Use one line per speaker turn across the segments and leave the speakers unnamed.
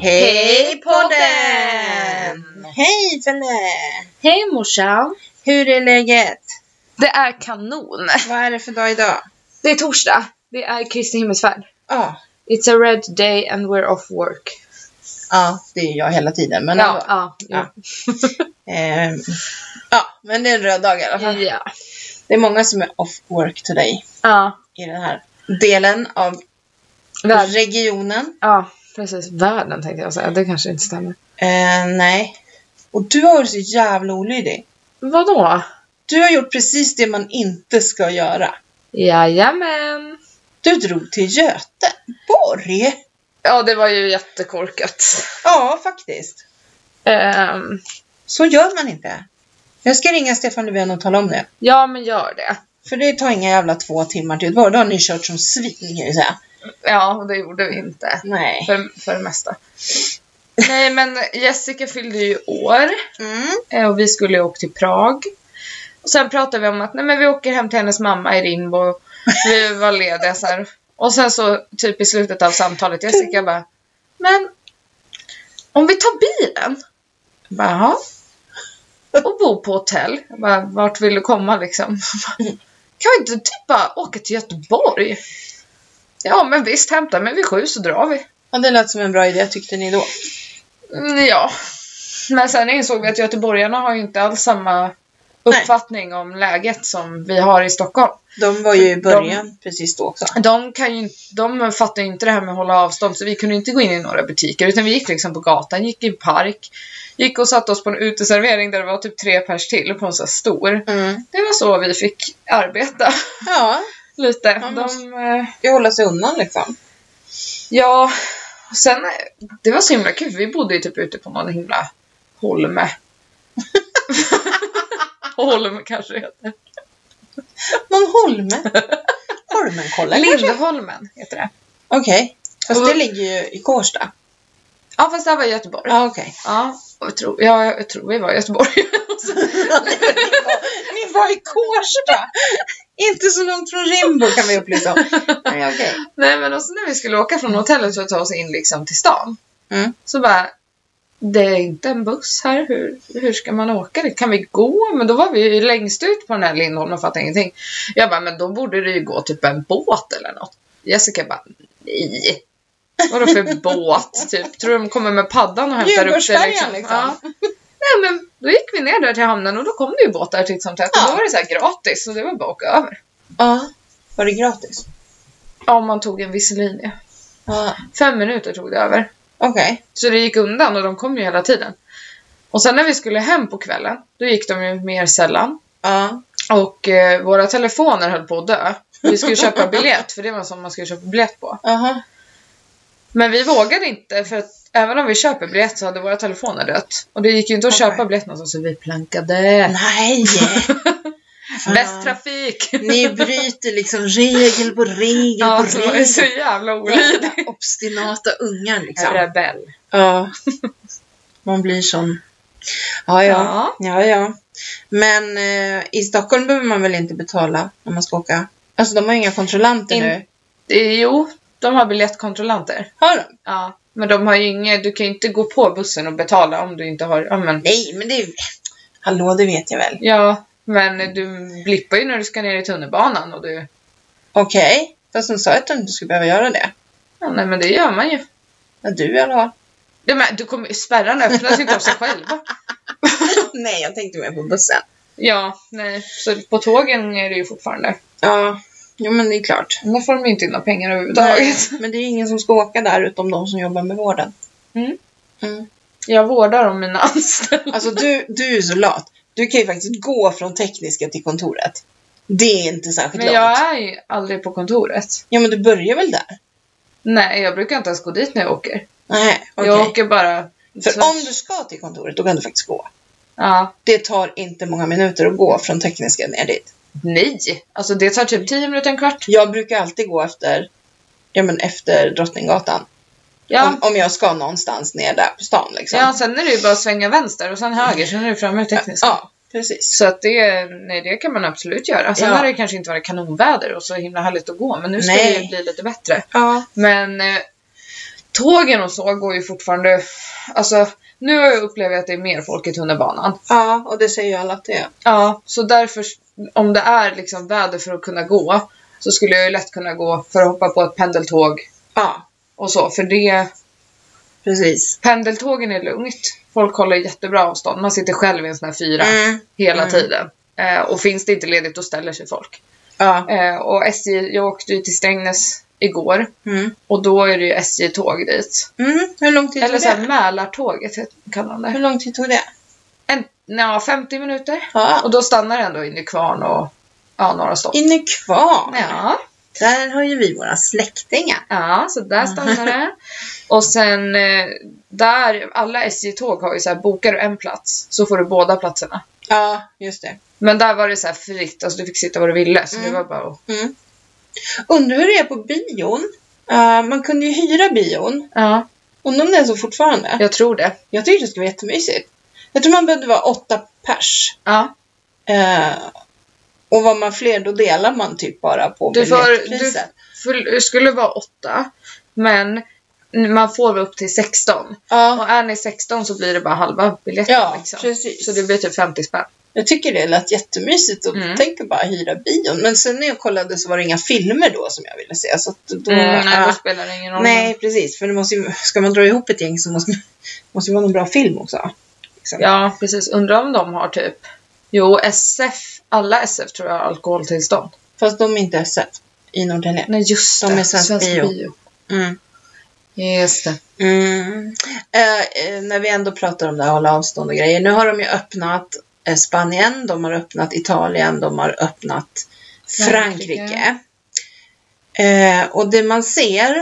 Hej podden!
Hej Pelle!
Hej morsan!
Hur är läget?
Det är kanon!
Vad är det för dag idag?
Det är torsdag. Det är Kristi himmelsfärd.
Ja,
It's a red day and we're off work.
ja, det är jag hela tiden. Men,
ja,
ja.
ja, ja.
Ja. Ehm, ja, men det är en röd dag i alla fall.
ja.
Det är många som är off work today
ja.
i den här delen av
Värld.
regionen.
ja precis. Världen tänkte jag säga. Det kanske inte stämmer.
Ehm, nej. Och du har varit så jävla olydig.
Vadå?
Du har gjort precis det man inte ska göra.
Jajamän!
Du drog till Göteborg.
Ja, det var ju jättekorkat.
Ja, faktiskt.
Ehm,
Så gör man inte. Jag ska ringa Stefan Löfven och tala om det.
ja, men gör det.
För det tar inga jävla två timmar till Göteborg. Då har ni kört som svin kan jag säga.
Ja, och det gjorde vi inte.
Nej.
För, för det mesta. Nej, men Jessica fyllde ju år.
Mm.
Eh, Och vi skulle ju åka till Prag. Och sen pratade vi om att nej men vi åker hem till hennes mamma i Rimbo. Vi var lediga så här. Och sen så typ i slutet av samtalet Jessica bara Men om vi tar bilen? Jag bara "Jaha." Och bor på hotell. Jag bara, vart vill du komma liksom? Jag bara, Kan vi inte typ bara åka till Göteborg? Ja men visst, hämta mig vid sju så drar vi.
Ja, det lät som en bra idé tyckte ni då.
Mm, Ja. Men sen insåg vi att göteborgarna har ju inte alls samma
Nej.
uppfattning om läget som vi har i Stockholm.
De var ju i början precis då också.
De, kan ju, de fattar ju inte det här med att hålla avstånd så vi kunde inte gå in i några butiker utan vi gick liksom på gatan, gick i en park, gick och satte oss på en uteservering där det var typ tre pers till på en sån här stor.
Mm.
Det var så vi fick arbeta
Ja,
lite.
Man måste-
De, eh,
vi håller sig undan liksom.
ja, och sen eh, det var så himla kul. Vi bodde ju typ ute på någon himla holme. holm kanske det heter.
Någon Holme. Holmenkollen kanske?
Lindholmen heter det.
Okej. Fast
Och-
det ligger ju i Kårsta.
Ja fast det här var i Göteborg.
Ja, okej.
Ja, och jag, tror, ja jag tror vi var i Göteborg.
Ni var i Kårsta! Inte så långt från Rimbo kan vi upplysa om. Nej, okej.
Nej men och så när vi skulle åka från hotellet för att ta oss in liksom till stan.
Mm.
Så bara, det är inte en buss här, hur, hur ska man åka dit? Kan vi gå? Men då var vi ju längst ut på den här Lindholmen och fattade ingenting. Jag bara, men då borde det ju gå typ en båt eller något. Jessica bara, nej. Vadå för båt? Typ, tror du de kommer med paddan och hämtar upp det?
Djurgårdsfärjan, liksom.
Ja. Nej men då gick vi ner där till hamnen och då kom det ju båtar titt som tätt och
Ja.
då var det så här gratis så det var bara att åka över.
Ja. Var det gratis?
Ja, om man tog en viss linje.
Ja.
Fem minuter tog det över.
Okej.
Så det gick undan och de kom ju hela tiden. Och sen när vi skulle hem på kvällen, då gick de ju mer sällan.
Ja.
Och eh, våra telefoner höll på att dö. Vi skulle köpa biljett, för det var som man skulle köpa biljett på.
Aha.
Men vi vågade inte, för att även om vi köper biljett så hade våra telefoner dött. Och det gick ju inte att
Okej.
köpa biljett någonstans, så vi plankade.
Nej!
Bäst trafik!
Ni bryter liksom regel på regel
Ja,
på
så var det
regel.
så jävla olydigt.
Jävla obstinata ungar liksom.
Rebell.
Ja. Man blir sån. Ja, ja. ja, ja. Men eh, i Stockholm behöver man väl inte betala när man ska åka? Alltså de har ju inga kontrollanter
In-
nu.
Eh, Jo, de har biljettkontrollanter.
Har de?
Ja, men de har ju inget, du kan ju inte gå på bussen och betala om du inte har, ja men,
Nej, men det är Hallå, det vet jag väl.
ja, men du blippar ju när du ska ner i tunnelbanan och du,
Okej. Fast de sa att de inte skulle behöva göra det.
ja nej men det gör man ju.
Ja, du i alla fall.
Ja, men du kommer, spärrarna öppnas ju inte av sig själva.
Nej, jag tänkte mer på bussen.
Ja, nej, så på tågen är det ju fortfarande.
Ja, jo men det är klart.
Där får de ju inte in några pengar överhuvudtaget.
Men det är ju ingen som ska åka där utom de som jobbar med vården.
Mm.
Mm.
Jag vårdar om mina anställda.
Alltså du, du är så lat. Du kan ju faktiskt gå från tekniska till kontoret. Det är inte särskilt
Men
långt.
jag är ju aldrig på kontoret.
Ja men du börjar väl där?
Nej, jag brukar inte ens gå dit när jag åker.
Nej, okej.
Jag åker bara...
För om du ska till kontoret då kan du faktiskt gå.
Ja,
Det tar inte många minuter att gå från tekniska ner dit.
Nej! Alltså det tar typ 10 minuter, en kvart.
Jag brukar alltid gå efter, ja men efter Drottninggatan.
Ja.
Om, om jag ska någonstans ner där på stan liksom.
ja, sen är det ju bara att svänga vänster och sen höger, sen är du framme tekniskt.
ja precis.
Så att det, nej, det kan man absolut göra. Sen
Ja.
har det kanske inte varit kanonväder och så himla härligt att gå, men nu ska
Nej.
det ju bli lite bättre.
Ja.
Men eh, Tågen och så går ju fortfarande, alltså nu har jag upplevt att det är mer folk i tunnelbanan.
Ja, och det säger ju alla att det är.
Ja, så därför om det är liksom väder för att kunna gå så skulle jag ju lätt kunna gå för att hoppa på ett pendeltåg
Ja,
och så. För det,
precis.
pendeltågen är lugnt. Folk håller jättebra avstånd. Man sitter själv i en sån här fyra
Mm.
hela
Mm.
tiden. Eh, och finns det inte ledigt då ställer sig folk.
Ja.
Eh, och SJ, jag åkte ju till Strängnäs igår
Mm.
och då är det ju SJ-tåg dit.
Mm. Hur lång tid
Eller
tog
så här
det?
Mälartåget kallar de
Hur
det.
lång tid tog det?
En, ja, 50 minuter.
Ja.
Och då stannar det ändå in i kvarn och ja, några stopp.
In i kvarn.
Ja,
Där har ju vi våra släktingar.
ja, så där stannar det. Och sen eh, där, alla SJ-tåg har ju så här, bokar du en plats så får du båda platserna.
Ja, just det.
Men där var det så här fritt, alltså du fick sitta var du ville. Så
Mm.
det var bara att...
Mm. Undrar hur det är på bion. Eh, man kunde ju hyra bion.
Ja,
Undrar om det är så fortfarande.
jag tror det.
Jag tyckte det skulle vara jättemysigt. Jag tror man behövde vara åtta pers.
Ja.
Eh, och var man fler då delar man typ bara på
Du får-
biljettpriset.
För det skulle vara åtta, men man får väl upp till 16.
Ja,
Och är ni 16 så blir det bara halva biljetten.
ja
liksom.
precis.
Så det blir typ 50 spänn.
Jag tycker det lät jättemysigt och
Mm.
tänker bara hyra bion. Men sen när jag kollade så var det inga filmer då som jag ville se. Så att då,
Mm, nej, då
ah,
spelar det ingen roll.
nej, precis. För det måste ju, ska man dra ihop ett gäng så måste måste ju vara någon bra film också. Liksom.
Ja, precis. Undrar om de har typ... Jo, SF. Alla SF tror jag har alkoholtillstånd.
Fast de är inte SF i Norrtälje.
Nej, just
De
det.
är Svensk Bio. Mm.
Just det.
Mm. Eh, eh, när vi ändå pratar om det här hålla avstånd och grejer. Nu har de ju öppnat eh, Spanien, de har öppnat Italien, de har öppnat Frankrike.
Frankrike.
Eh, och det man ser,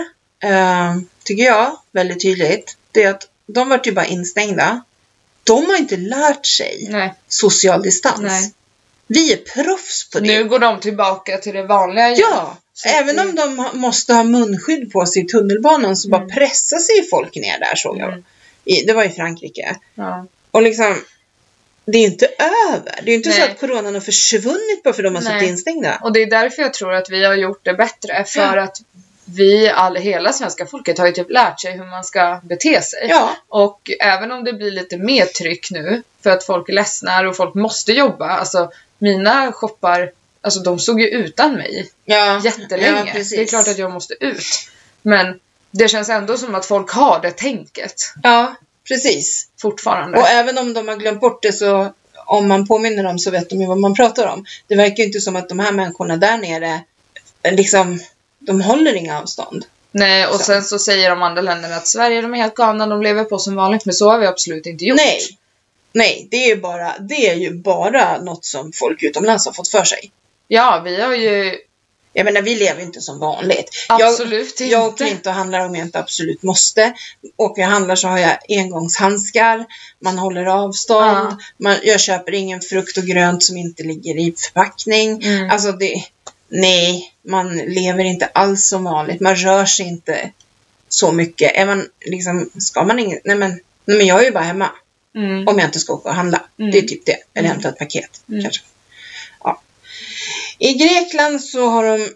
eh, tycker jag, väldigt tydligt, det är att de vart ju bara instängda. De har inte lärt sig
Nej.
social distans.
Nej.
Vi är proffs på Alltså, det.
Nu går de tillbaka till det vanliga igen.
Ja,
Så
även
det-
om de ha- måste ha munskydd på sig i tunnelbanan så bara
Mm.
pressar sig ju folk ner där såg jag.
Mm.
I, det var i Frankrike.
Ja.
Och liksom, det är ju inte över. Det är ju inte så
Nej.
att coronan har försvunnit bara för de har
Nej.
suttit instängda.
Och det är därför jag tror att vi har gjort det bättre. För att vi, all, hela svenska folket har ju typ lärt sig hur man ska bete sig.
Ja,
Och även om det blir lite mer tryck nu för att folk är ledsna och folk måste jobba. Alltså mina shoppar, alltså de stod ju utan mig
ja.
jättelänge.
Ja, precis.
det är klart att jag måste ut. Men det känns ändå som att folk har det tänket
Ja, precis.
fortfarande.
Och även om de har glömt bort det så om man påminner dem så vet de ju vad man pratar om. Det verkar ju inte som att de här människorna där nere liksom, de håller inga avstånd.
Nej, och
Så.
sen så säger de andra länderna att Sverige, de är helt galna, de lever på som vanligt. Men så har vi absolut inte gjort.
Nej. Nej, det är ju bara, det är ju bara något som folk utomlands har fått för sig.
Ja, vi har ju
Jag menar, vi lever ju inte som vanligt.
absolut
jag, jag
inte...
åker inte och handlar om jag inte absolut måste. Åker jag och handlar så har jag engångshandskar, man håller avstånd,
Ja.
man, jag köper ingen frukt och grönt som inte ligger i förpackning.
Mm.
Alltså det, nej, man lever inte alls som vanligt, man rör sig inte så mycket. Är man liksom, ska man inget, nej men, nej men jag är ju bara hemma.
Mm.
Om jag inte ska åka och handla.
Mm.
Det är typ det. Eller
Mm.
hämta ett paket
Mm.
kanske. Ja. I Grekland så har de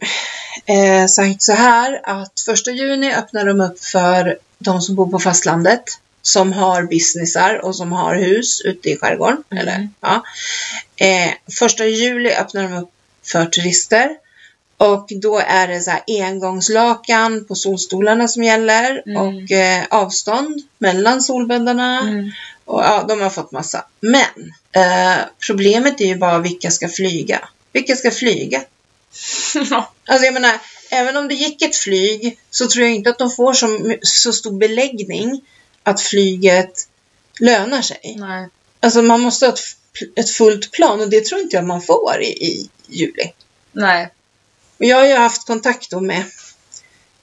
eh, sagt så här att första juni öppnar de upp för de som bor på fastlandet. Som har businessar och som har hus ute i skärgården.
Mm.
Eller, ja. eh, första juli öppnar de upp för turister. Och då är det så här engångslakan på solstolarna som gäller.
Mm.
Och eh, avstånd mellan solbäddarna.
Mm.
Och ja, de har fått massa. Men eh, problemet är ju bara vilka ska flyga. Vilka ska flyga? Alltså jag menar, även om det gick ett flyg så tror jag inte att de får så, så stor beläggning att flyget lönar sig.
Nej.
Alltså man måste ha ett, f- ett fullt plan och det tror inte jag man får i, i juli.
Nej.
Och jag har ju haft kontakt då med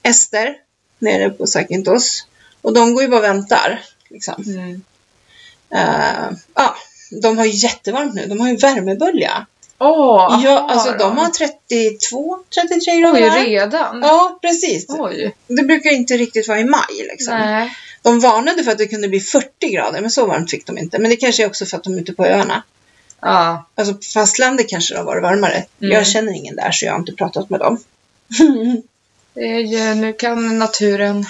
Ester nere på Sakintos och de går ju bara och väntar. Liksom.
Mm.
Eh, ja, de har ju jättevarmt nu. De har ju värmebölja.
Åh,
ja, alltså de har 32, 33 grader.
Oj,
här.
redan?
Ja, precis.
Oj.
Det brukar inte riktigt vara i maj. Liksom.
Nej.
De varnade för att det kunde bli 40 grader, men så varmt fick de inte. Men det kanske är också för att de är ute på öarna.
Ja.
Alltså på fastlandet kanske det har varit varmare.
Mm.
Jag känner ingen där, så jag har inte pratat med dem.
Det är ju, nu kan naturen...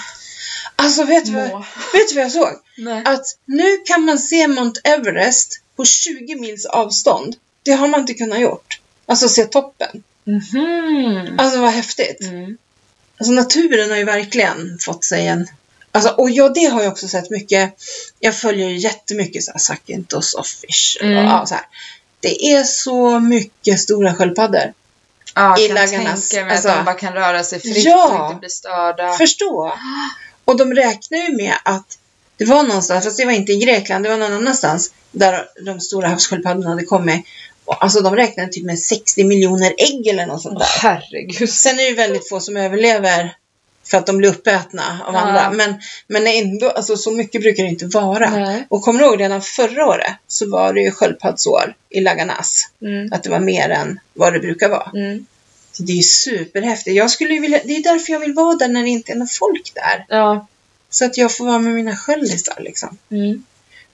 Alltså vet du, vad,
Må.
vet du vad jag såg?
Nej.
Att nu kan man se Mount Everest på 20 mils avstånd. Det har man inte kunnat gjort. Alltså se toppen.
Mhm.
Alltså vad häftigt.
Mm.
Alltså naturen har ju verkligen fått sig en... Alltså, och ja, det har jag också sett mycket. Jag följer ju jättemycket så här Sakintos och Fish. Och,
Mm.
ja, så här. Det är så mycket stora sköldpaddor.
Ja,
I
jag kan
laggarnas,
tänka mig
alltså.
att de bara kan röra sig fritt
Ja.
och inte bli störda.
Förstå! Och de räknar ju med att det var någonstans, fast det var inte i Grekland, det var någon annanstans där de stora havssköldpaddorna hade kommit. Och, alltså de räknade typ med 60 miljoner ägg eller något sånt där.
herregud.
Sen är det ju väldigt få som överlever för att de blir uppätna av
Ja.
andra. Men, men ändå, alltså, så mycket brukar det inte vara.
Nej.
Och kommer du ihåg redan förra året så var det ju sköldpaddsår i Laganas.
Mm.
Att det var mer än vad det brukar vara.
Mm.
Så det är ju superhäftigt. Jag skulle ju vilja, det är därför jag vill vara där när det inte är något folk där.
Ja.
Så att jag får vara med mina sköldisar liksom.
Mm.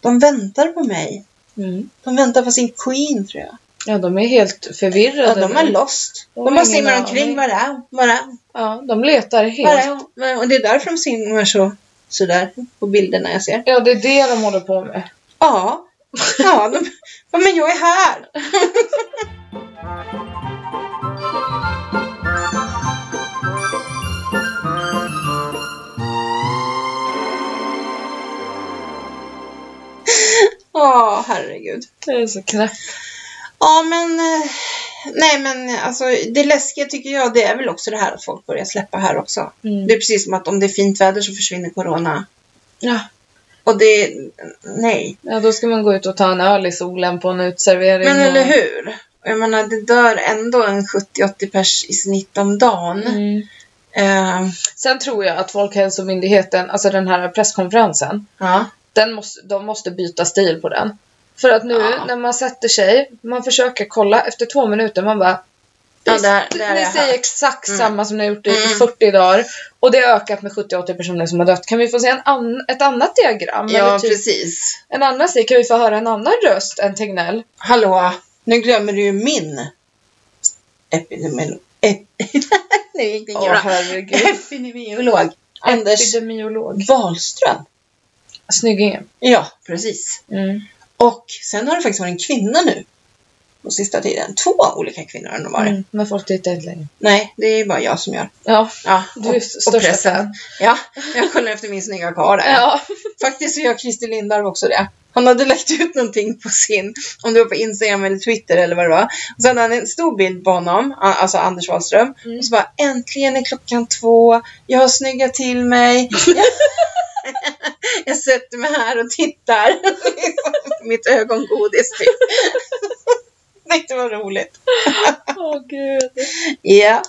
De väntar på mig.
Mm.
De väntar på sin queen tror jag.
Ja, de är helt förvirrade.
Ja, de är
nu.
lost.
De
De
har
bara
ingen
simmar
aning.
omkring varann, varann.
ja, de letar helt.
Ja, men- och det är därför de simmar så, sådär på bilderna jag ser.
Ja, det är det de håller på med.
Ja, ja, de, ja men jag är här. Ja, herregud.
Det är så knäppt.
Ja, men eh, nej, men alltså det läskiga tycker jag, det är väl också det här att folk börjar släppa här också.
Mm.
Det är precis som att om det är fint väder så försvinner corona.
Ja.
Och det, nej.
ja, då ska man gå ut och ta en öl i solen på en utservering.
Men
och-
eller hur? Jag menar, det dör ändå en 70-80 pers i snitt om dagen.
Mm.
Eh,
Sen tror jag att Folkhälsomyndigheten, alltså den här presskonferensen,
ja.
den måste, de måste byta stil på den. För att nu
Ja.
när man sätter sig, man försöker kolla, efter två minuter man bara
Ja, det här- det här
Ni
är
säger
här."
exakt
Mm.
samma som ni har gjort i
Mm.
40 dagar och det har ökat med 70-80 personer som har dött. Kan vi få se en an- ett annat diagram?
ja,
Eller typ
precis.
en annan stil? Kan vi få höra en annan röst än Tegnell?
Hallå, nu glömmer du ju min epidemiolog. Ep- nu gick det
Åh
inte bra.
herregud.
Epidemiolog. Anders
Epidemiolog.
Wahlström.
Snyggingen.
Ja, precis.
Mm.
Och sen har det faktiskt varit en kvinna nu. På sista tiden. Två olika kvinnor har det varit.
Mm. Men folk tittar inte längre.
Nej, det är bara jag som gör.
Ja,
Ja,
du är största
pressen.
fan.
Ja, jag kollar efter min snygga karl där.
Ja.
Faktiskt så gör Christer Lindarw också det. Han hade lagt ut någonting på sin, om det var på Instagram eller Twitter eller vad det var. Och sen hade han en stor bild på honom, a- alltså Anders Wahlström.
Mm.
Och så bara, äntligen är klockan två, jag har snyggat till mig. Jag, jag sätter mig här och tittar. Mitt ögongodis typ. Tänkte det var roligt.
Åh gud.
Ja.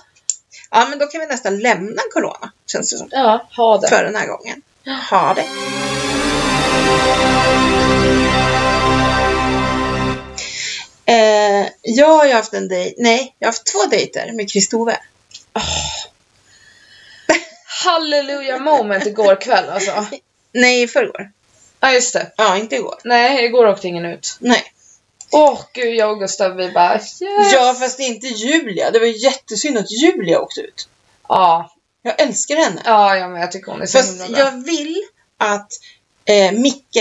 Ja, men då kan vi nästan lämna corona, känns det som.
Ja, ha det.
För den här gången. Ha det. Eh, jag har ju haft en dejt, nej, jag har haft två dejter med Kristove.
Halleluja moment igår kväll alltså.
Nej, i förrgår.
Ja just det.
Ja, inte igår.
Nej, igår åkte ingen ut.
Nej.
Åh gud, jag och Gustav vi bara yes.
Ja, fast det är inte Julia. Det var ju jättesynd att Julia åkte ut.
Ja,
Jag älskar henne.
ja, ja men jag tycker hon är så
Fast
himla bra.
jag vill att eh, Micke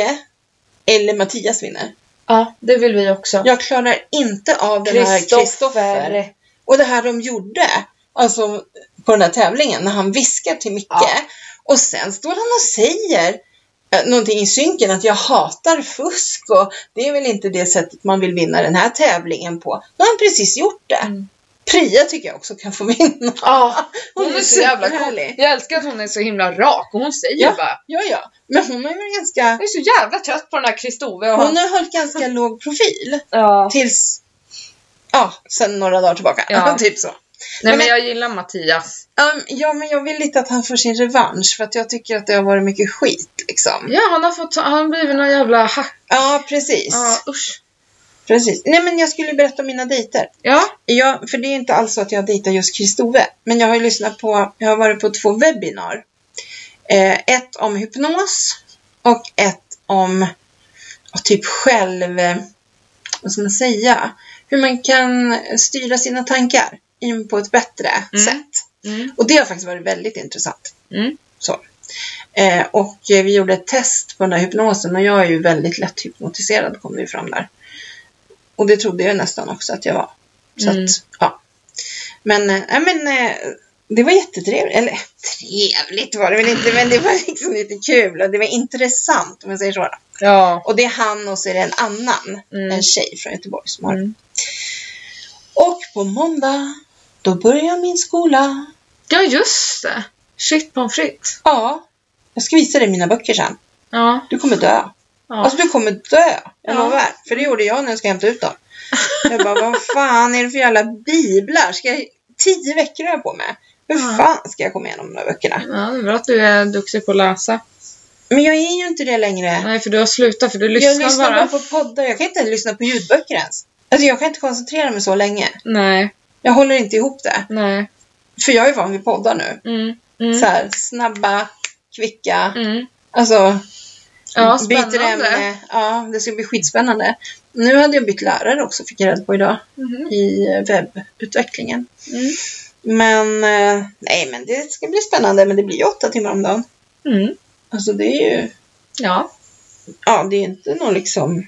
eller Mattias vinner.
Ja, det vill vi också.
Jag klarar inte av den här Kristoffer.
Kristoffer.
Och det här de gjorde, alltså på den här tävlingen, när han viskar till Micke.
Ja.
Och sen står han och säger eh, någonting i synken att jag hatar fusk och det är väl inte det sättet man vill vinna den här tävlingen på. Då har han precis gjort det.
Mm.
Priya tycker jag också kan få vinna.
Ja,
Hon
hon,
är
är så jävla cool.
superhärlig.
Jag älskar att hon är så himla rak och hon säger
Ja.
bara
Ja, ja. Men hon har ju ganska,
jag är så jävla trött på den här Kristove och
hon
han.
har hållit ganska låg profil.
Ja.
Tills, ja, sen några dagar tillbaka.
Ja.
typ så.
Nej men
men-
jag gillar Mattias.
Um, ja, men jag vill lite att han får sin revansch för att jag tycker att det har varit mycket skit liksom.
Ja, han har fått, han har blivit någon jävla hack.
Ja, precis.
Ja, usch.
Precis. Nej, men jag skulle berätta om mina dejter.
Ja.
Jag, för det är inte alls så att jag dejtar just Kristove. Men jag har ju lyssnat på, jag har varit på två webbinar. Eh, ett om hypnos och ett om ja, typ själv, eh, vad ska man säga, hur man kan styra sina tankar in på ett bättre Mm.
Mm.
sätt. Och det har faktiskt varit väldigt intressant.
Mm.
Så. Eh, och eh, vi gjorde ett test på den här hypnosen och jag är ju väldigt lätt hypnotiserad kom det ju fram där. Och det trodde jag nästan också att jag var. Så
Mm.
att, ja. Men, eh, nej, men eh, det var jättetrevligt. Eller trevligt var det väl inte, men det var liksom lite kul och det var intressant om jag säger så.
Ja.
Och det är han och så är det en annan,
Mm.
en tjej från Göteborg som har
Mm.
och på måndag, då börjar min skola.
Ja, just det. Shit pommes frites.
Ja, jag ska visa dig mina böcker sen.
Ja.
Du kommer dö.
ja.
Alltså du kommer dö, jag
Ja.
lovar. För det gjorde jag när jag ska hämta ut dem. Jag bara, vad fan är det för jävla biblar? Ska jag... Tio veckor har jag på mig. Hur
Ja.
fan ska jag komma igenom de där böckerna?
Ja, det är bra att du är duktig på att läsa.
Men jag är ju inte det längre.
Nej, för du har slutat för du lyssnar,
Jag lyssnar bara på
bara.
poddar. Jag kan inte ens lyssna på ljudböcker ens. Alltså jag kan inte koncentrera mig så länge.
Nej,
Jag håller inte ihop det.
nej.
För jag är van vid poddar nu.
Mm. Mm.
Så här, snabba, kvicka.
Mm.
Alltså,
Ja,
byter
spännande.
ämne. Ja, det ska bli skitspännande. Nu hade jag bytt lärare också, fick jag reda på idag,
Mhm.
i webbutvecklingen.
Mm.
Men, eh, nej men det ska bli spännande, men det blir ju åtta timmar om dagen.
Mm.
Alltså det är ju,
Ja,
ja det är inte någon liksom,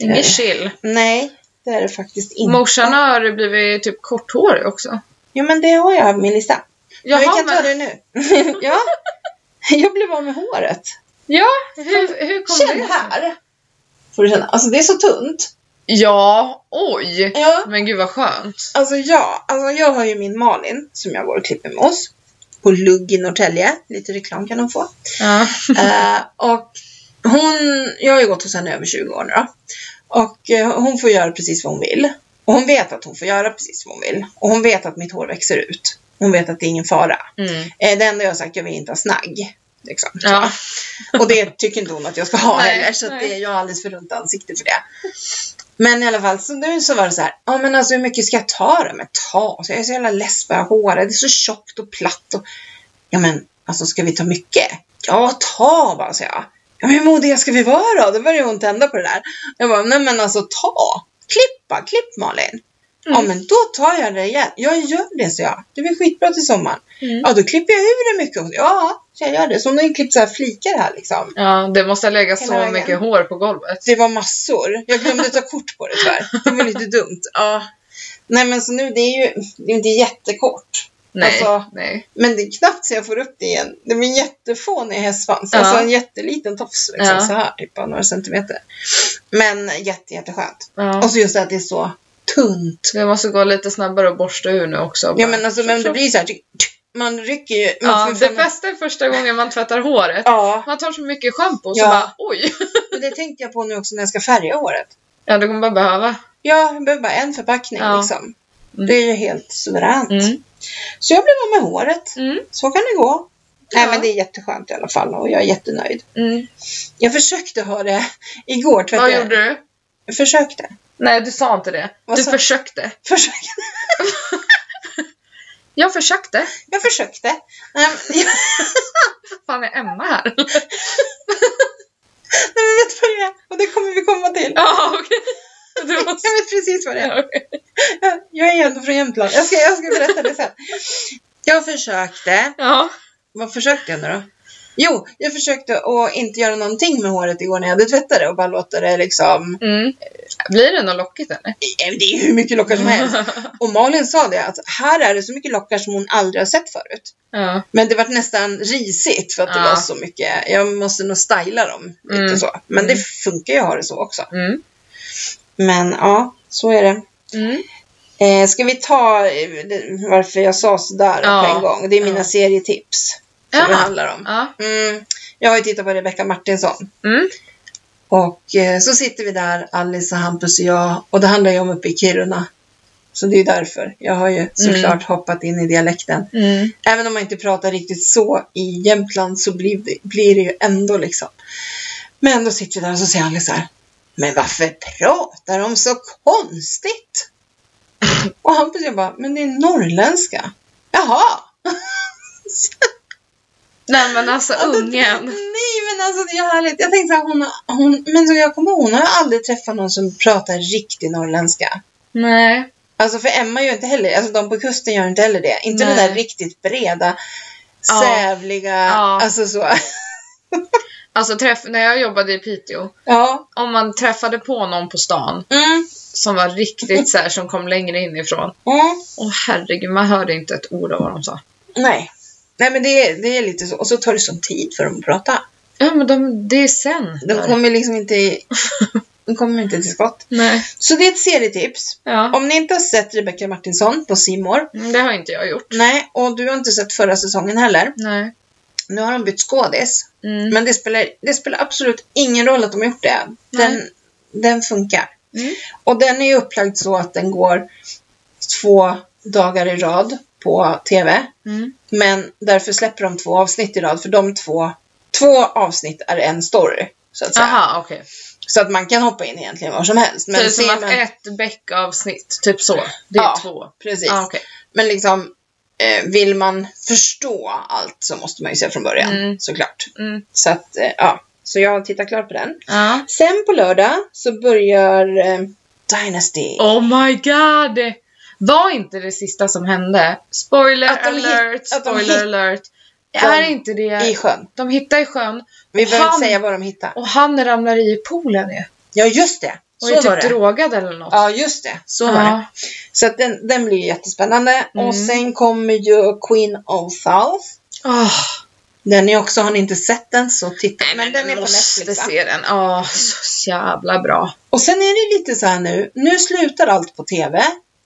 ingen
Eh,
chill.
nej, det är det faktiskt inte.
Morsan har blivit typ korthårig också.
Jo men det har jag på min lista. men vi
Jaha,
kan ta
men-
det nu. ja, jag blev av med håret.
Ja, hur, hur kom
Känn
det sig?
här! Får du känna, alltså det är så tunt.
Ja, oj.
Ja.
Men gud vad skönt.
Alltså ja, alltså jag har ju min Malin som jag går och klipper med oss. På Lugg i Norrtälje. Lite reklam kan hon få.
Ja.
Eh, och hon, jag har ju gått hos henne i över 20 år nu då. Och eh, hon får göra precis vad hon vill. Och hon vet att hon får göra precis vad hon vill. Och hon vet att mitt hår växer ut. Hon vet att det är ingen fara.
Mm.
Eh, det enda jag har sagt, jag vill inte ha snagg. Liksom.
Ja.
Och det tycker inte hon att jag ska ha
Nej,
heller. Så att
nej.
det, jag har alldeles för runt ansikte för det. Men i alla fall, så nu så var det så här. Ja men alltså hur mycket ska jag ta då? Men ta! Så jag är så jävla less på det här håret. Det är så tjockt och platt. Och... Ja men alltså ska vi ta mycket? Ja ta bara sa jag. Ja men hur modiga ska vi vara då? Då började hon tända på det där. Jag bara, nej men alltså ta! Klippa, klipp Malin!
Mm.
Ja men då tar jag det igen. Jag gör det så jag. Det blir skitbra till sommaren.
Mm.
Ja då klipper jag ur det mycket. Hon sa, Ja, så jag gör det. Så hon har ju klippt så här flikar här liksom.
ja, det måste ha legat
Hela
så
vägen.
mycket hår på golvet.
Det var massor. Jag glömde ta kort på det tyvärr. Det var lite dumt. Ja. Nej men så nu, det är ju det är inte jättekort.
Nej,
Alltså-
nej.
Men det är knappt så jag får upp det igen. Det blir en jättefånig hästsvans.
Ja.
Alltså en jätteliten tofs liksom
Ja.
så här, typ bara några centimeter. Men jätte, jätteskönt.
Ja.
Och så just det att det är så tunt.
Det måste gå lite snabbare att borsta ur nu också.
Ja men alltså men det blir så här, tyck, tyck. man rycker ju.
Ja,
Man får
det
fan-
bästa är första gången man tvättar håret.
ja,
Man tar så mycket schampo så
Ja.
bara oj.
men det tänkte jag på nu också när jag ska färga håret.
Ja, det kommer bara behöva.
Ja, jag behöver bara en förpackning
Ja.
liksom. Det är ju helt suveränt.
Mm.
Så jag blev av med håret.
Mm.
Så kan det gå. Nej
Ja.
men det är jätteskönt i alla fall och jag är jättenöjd.
Mm.
Jag försökte ha det igår. tvättade
Vad
jag.
gjorde du?
Jag försökte.
Nej, du sa inte det.
Vad
du
sa-
försökte.
försökte.
Jag försökte.
Jag försökte. Nej men, jag,
Fan, är Emma här?
nej, men vet du vad det är? Och det kommer vi komma till.
Ja, okej. Du måste...
Jag vet precis vad det är.
Ja, okej.
Jag, jag är ju ändå från Jämtland. Jag ska, jag ska berätta det sen. Jag försökte.
Ja.
Vad försökte jag nu då? Jo, jag försökte att inte göra någonting med håret igår när jag hade tvättat det och bara låta det liksom
Mm. Blir det något lockigt eller?
Det är hur mycket lockar som helst. Och Malin sa det att här är det så mycket lockar som hon aldrig har sett förut.
Ja.
Men det vart nästan risigt för att det
Ja.
var så mycket. Jag måste nog styla dem lite
Mm.
så. Men
Mm.
det funkar ju att ha det så också.
Mm.
Men ja, så är det.
Mm.
Eh, ska vi ta eh, det- varför jag sa sådär
Ja.
på en gång? Det är mina
Ja.
serietips som det
Ja.
handlar om.
Ja.
Mm, jag har ju tittat på Rebecca Martinsson.
Mm.
Och eh, så sitter vi där, Alice och Hampus och jag. Och det handlar ju om uppe i Kiruna. Så det är ju därför. Jag har ju såklart hoppat in i dialekten.
Mm.
Även om man inte pratar riktigt så i Jämtland så blir det, blir det ju ändå liksom. Men då sitter vi där och så säger Alice så här. Men varför pratar de så konstigt? Och Hampus jag bara, men det är norrländska. Jaha!
Nej men alltså
Ja, det-
ungen.
Nej men alltså det är härligt. Jag tänkte att hon, hon men så jag kommer ihåg, hon har aldrig träffat någon som pratar riktig norrländska.
Nej.
Alltså för Emma gör inte heller, alltså de på kusten gör inte heller det. Inte
Nej.
det där riktigt breda.
Ja.
sävliga,
Ja.
alltså så.
Alltså träff, när jag jobbade i Piteå,
Ja.
om man träffade på någon på stan
Mm.
som var riktigt så här, som kom längre inifrån.
Mm.
Åh herregud, man hörde inte ett ord av vad de sa.
Nej. Nej, men det, är- det är lite så. Och så tar det sån tid för dem att prata.
Ja men de, det är sen.
De kommer liksom inte, i- de kommer inte till skott.
Nej.
Så det är ett serietips.
Ja.
Om ni inte har sett Rebecca Martinsson på Simor,
Mm, Det har inte jag gjort.
nej, och du har inte sett förra säsongen heller.
Nej.
Nu har de bytt skådis.
Mm.
Men det spelar, det spelar absolut ingen roll att de har gjort det. Den,
Nej.
den funkar.
Mm.
Och den är ju upplagd så att den går två dagar i rad på TV.
Mm.
Men därför släpper de två avsnitt i rad, för de två, två avsnitt är en story. Så att, säga.
Aha, okej.
så att man kan hoppa in egentligen var som helst.
Så det är som
ser
att
man-
ett bäckavsnitt, typ så. Det är
Ja.
två.
Precis.
Ah, okej.
Men liksom, eh, vill man förstå allt så måste man ju se från början,
Mm.
såklart.
Mm.
Så att, eh, ja. Så jag tittar klart på den.
Ja.
Sen på lördag så börjar eh, Dynasty.
Oh my god! Var inte det sista som hände? Spoiler
Att de hit-
alert,
att de
spoiler
hit-
alert.
de-
är inte det...
I sjön.
De hittar i sjön
Vi behöver
eh, Han-
inte säga vad de hittar.
och han ramlar i poolen ju.
Ja, just det. Så
Och
var
är typ
det.
drogad eller något.
Ja, just det. Så var det.
Ja.
Så att den, den blir ju jättespännande.
Mm.
Och sen kommer ju Queen of South.
Åh,
Den är också, har ni inte sett den så titta.
nej, men den är på Netflix
va?
se den. Ja, Ah, så jävla bra.
Och sen är det lite så här nu, nu slutar allt på TV.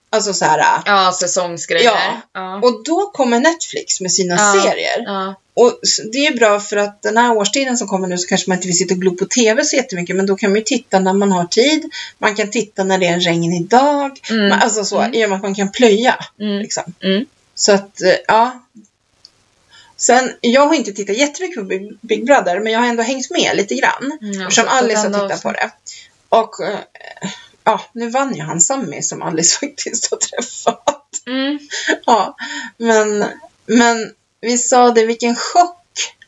Alltså så här, äh,
Ja, säsongsgrejer.
Ja.
Ja.
och då kommer Netflix med sina
Ja.
serier.
Ja.
Och s- det är ju bra för att den här årstiden som kommer nu så kanske man inte vill sitta och glo på TV så jättemycket. Men då kan man ju titta när man har tid. Man kan titta när det är en regnig dag.
Mm.
Man, alltså så,
Mm.
i och med att man kan plöja.
Mm.
Liksom.
Mm.
Så att, eh, ja. Sen, jag har inte tittat jättemycket på Big- Big Brother, men jag har ändå hängt med lite grann.
Mm, jag
Eftersom
har sett
Alice har
vartenda
tittat på det. Och eh, ja, nu vann ju han Sammy som Alice faktiskt har träffat.
avsnitt. Mm.
Ja, men, men vi sa det, vilken chock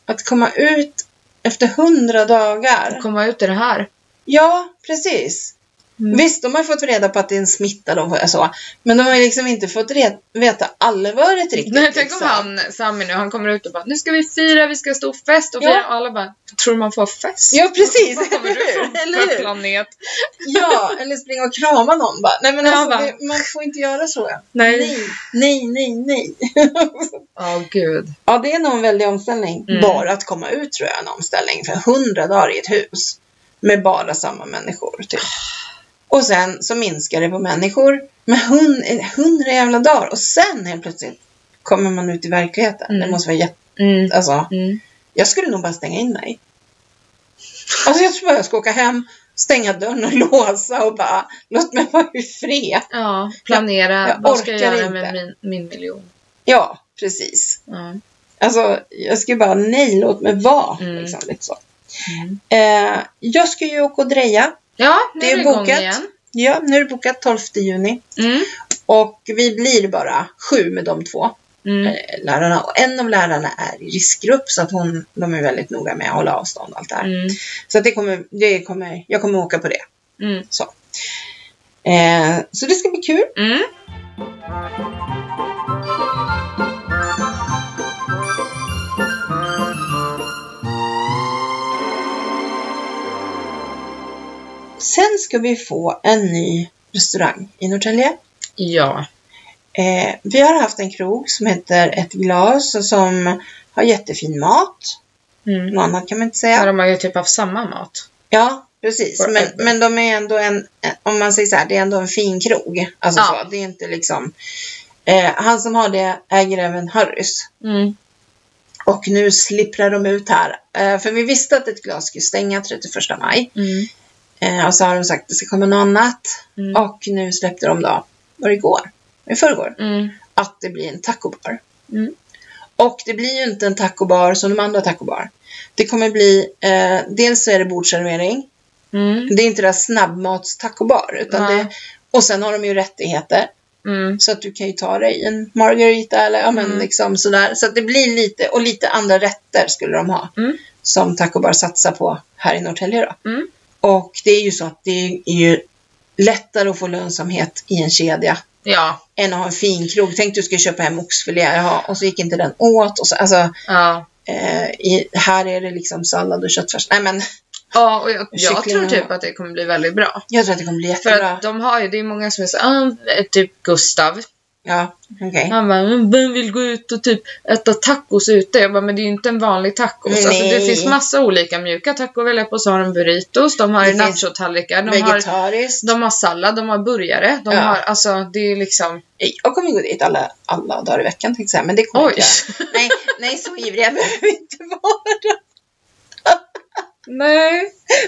att komma ut efter hundra dagar.
Komma ut i det här.
Ja, precis.
Mm.
Visst, de har ju fått reda på att det är en smitta, de får, så, men de har ju liksom inte fått re- veta allvaret riktigt.
Nej, tänk
liksom.
om han, Sami nu, han kommer ut och bara nu ska vi fira, vi ska ha stor fest och
Ja.
fira. Och alla bara, tror du man får ha fest?
Ja, precis,
Var kommer du
eller hur?
från?
Eller
För
hur?
planet?
Ja, eller springa och krama någon bara. Nej, men
Ja,
alltså,
va?
det, man får inte göra så.
Nej.
Nej, nej, nej, nej.
Ja, gud.
Ja, det är nog en väldig omställning.
Mm.
Bara att komma ut tror jag är en omställning. För hundra dagar i ett hus med bara samma människor. Typ. Och sen så minskar det på människor med hun- hundra jävla dagar. Och sen helt plötsligt kommer man ut i verkligheten.
Mm.
Det måste vara jätte...
Mm.
Alltså,
Mm.
jag skulle nog bara stänga in mig. Alltså jag tror bara jag ska åka hem, stänga dörren och låsa och bara låt mig vara i fred.
Ja, planera.
Jag- jag
Vad ska jag
orkar
göra
inte.
med min, min miljon?
Ja, precis.
Ja.
Alltså jag skulle bara nej, låt mig vara.
Mm.
Liksom, lite så.
Mm.
Eh, jag ska ju åka och dreja.
Ja, nu
Det är
igång
bokat.
igen.
Ja, nu är det bokat 12 juni.
Mm.
Och vi blir bara sju med de två
Mm.
eh, lärarna. Och en av lärarna är i riskgrupp så att hon, de är väldigt noga med att hålla avstånd och allt det här.
Mm.
Så att det kommer, det kommer, jag kommer åka på det.
Mm.
Eh, så det ska bli kul.
Mm.
Sen ska vi få en ny restaurang i Norrtälje.
Ja.
Eh, vi har haft en krog som heter Ett glas och som har jättefin mat.
Mm.
Något annat kan man inte
Ja.
säga.
De har ju typ haft samma mat.
Ja, precis. Men,
Forever.
men de är ändå en, om man säger så här, det är ändå en fin krog. Alltså
Ja.
så, det är inte liksom. Eh, han som har det äger även Harrys.
Mm.
Och nu slipprar de ut här. Eh, för vi visste att ett glas skulle stänga 31 maj.
Mm.
Eh, och så har de sagt att det ska komma något annat.
Mm.
Och nu släppte de då, var det igår? I förrgår.
Mm.
Att det blir en tacobar.
Mm.
Och det blir ju inte en tacobar som de andra tacobar. Det kommer bli, eh, dels så är det bordservering.
Mm.
Det är inte deras snabbmatstacobar. Utan
Nej.
det, och sen har de ju rättigheter.
Mm.
Så att du kan ju ta dig en margarita eller ja, men
Mm.
liksom sådär. Så att det blir lite, och lite andra rätter skulle de ha.
Mm.
Som tacobar satsar på här i Norrtälje då.
Mm.
Och det är ju så att det är ju lättare att få lönsamhet i en kedja
Ja.
än att ha en fin krog. Tänk du ska köpa hem oxfilé, jaha, och så gick inte den åt. Och så, alltså,
Ja.
eh, i, här är det liksom sallad och köttfärs. Nej men,
Ja, och jag, jag
Kyckling
tror
och-
typ att det kommer bli väldigt bra.
jag tror att det kommer bli
För
jättebra.
att de har ju, det är många som är så, ah, typ Gustav.
Ja, okej.
Han bara, "Men vem vill gå ut och typ äta tacos ute? Jag bara, men det är ju inte en vanlig tacos. Alltså, det
Nej.
finns massa olika mjuka taco att välja på. Så har de burritos, de har
Det finns
nachotallrikar, de har,
Vegetariskt.
de har sallad, de har burgare. De
Ja.
har, alltså det är liksom,
Jag kommer gå dit alla, alla dagar i veckan tänkte jag säga, men det kommer
oj.
jag inte göra. Nej, nej, så ivriga behöver vi inte vara.
Nej.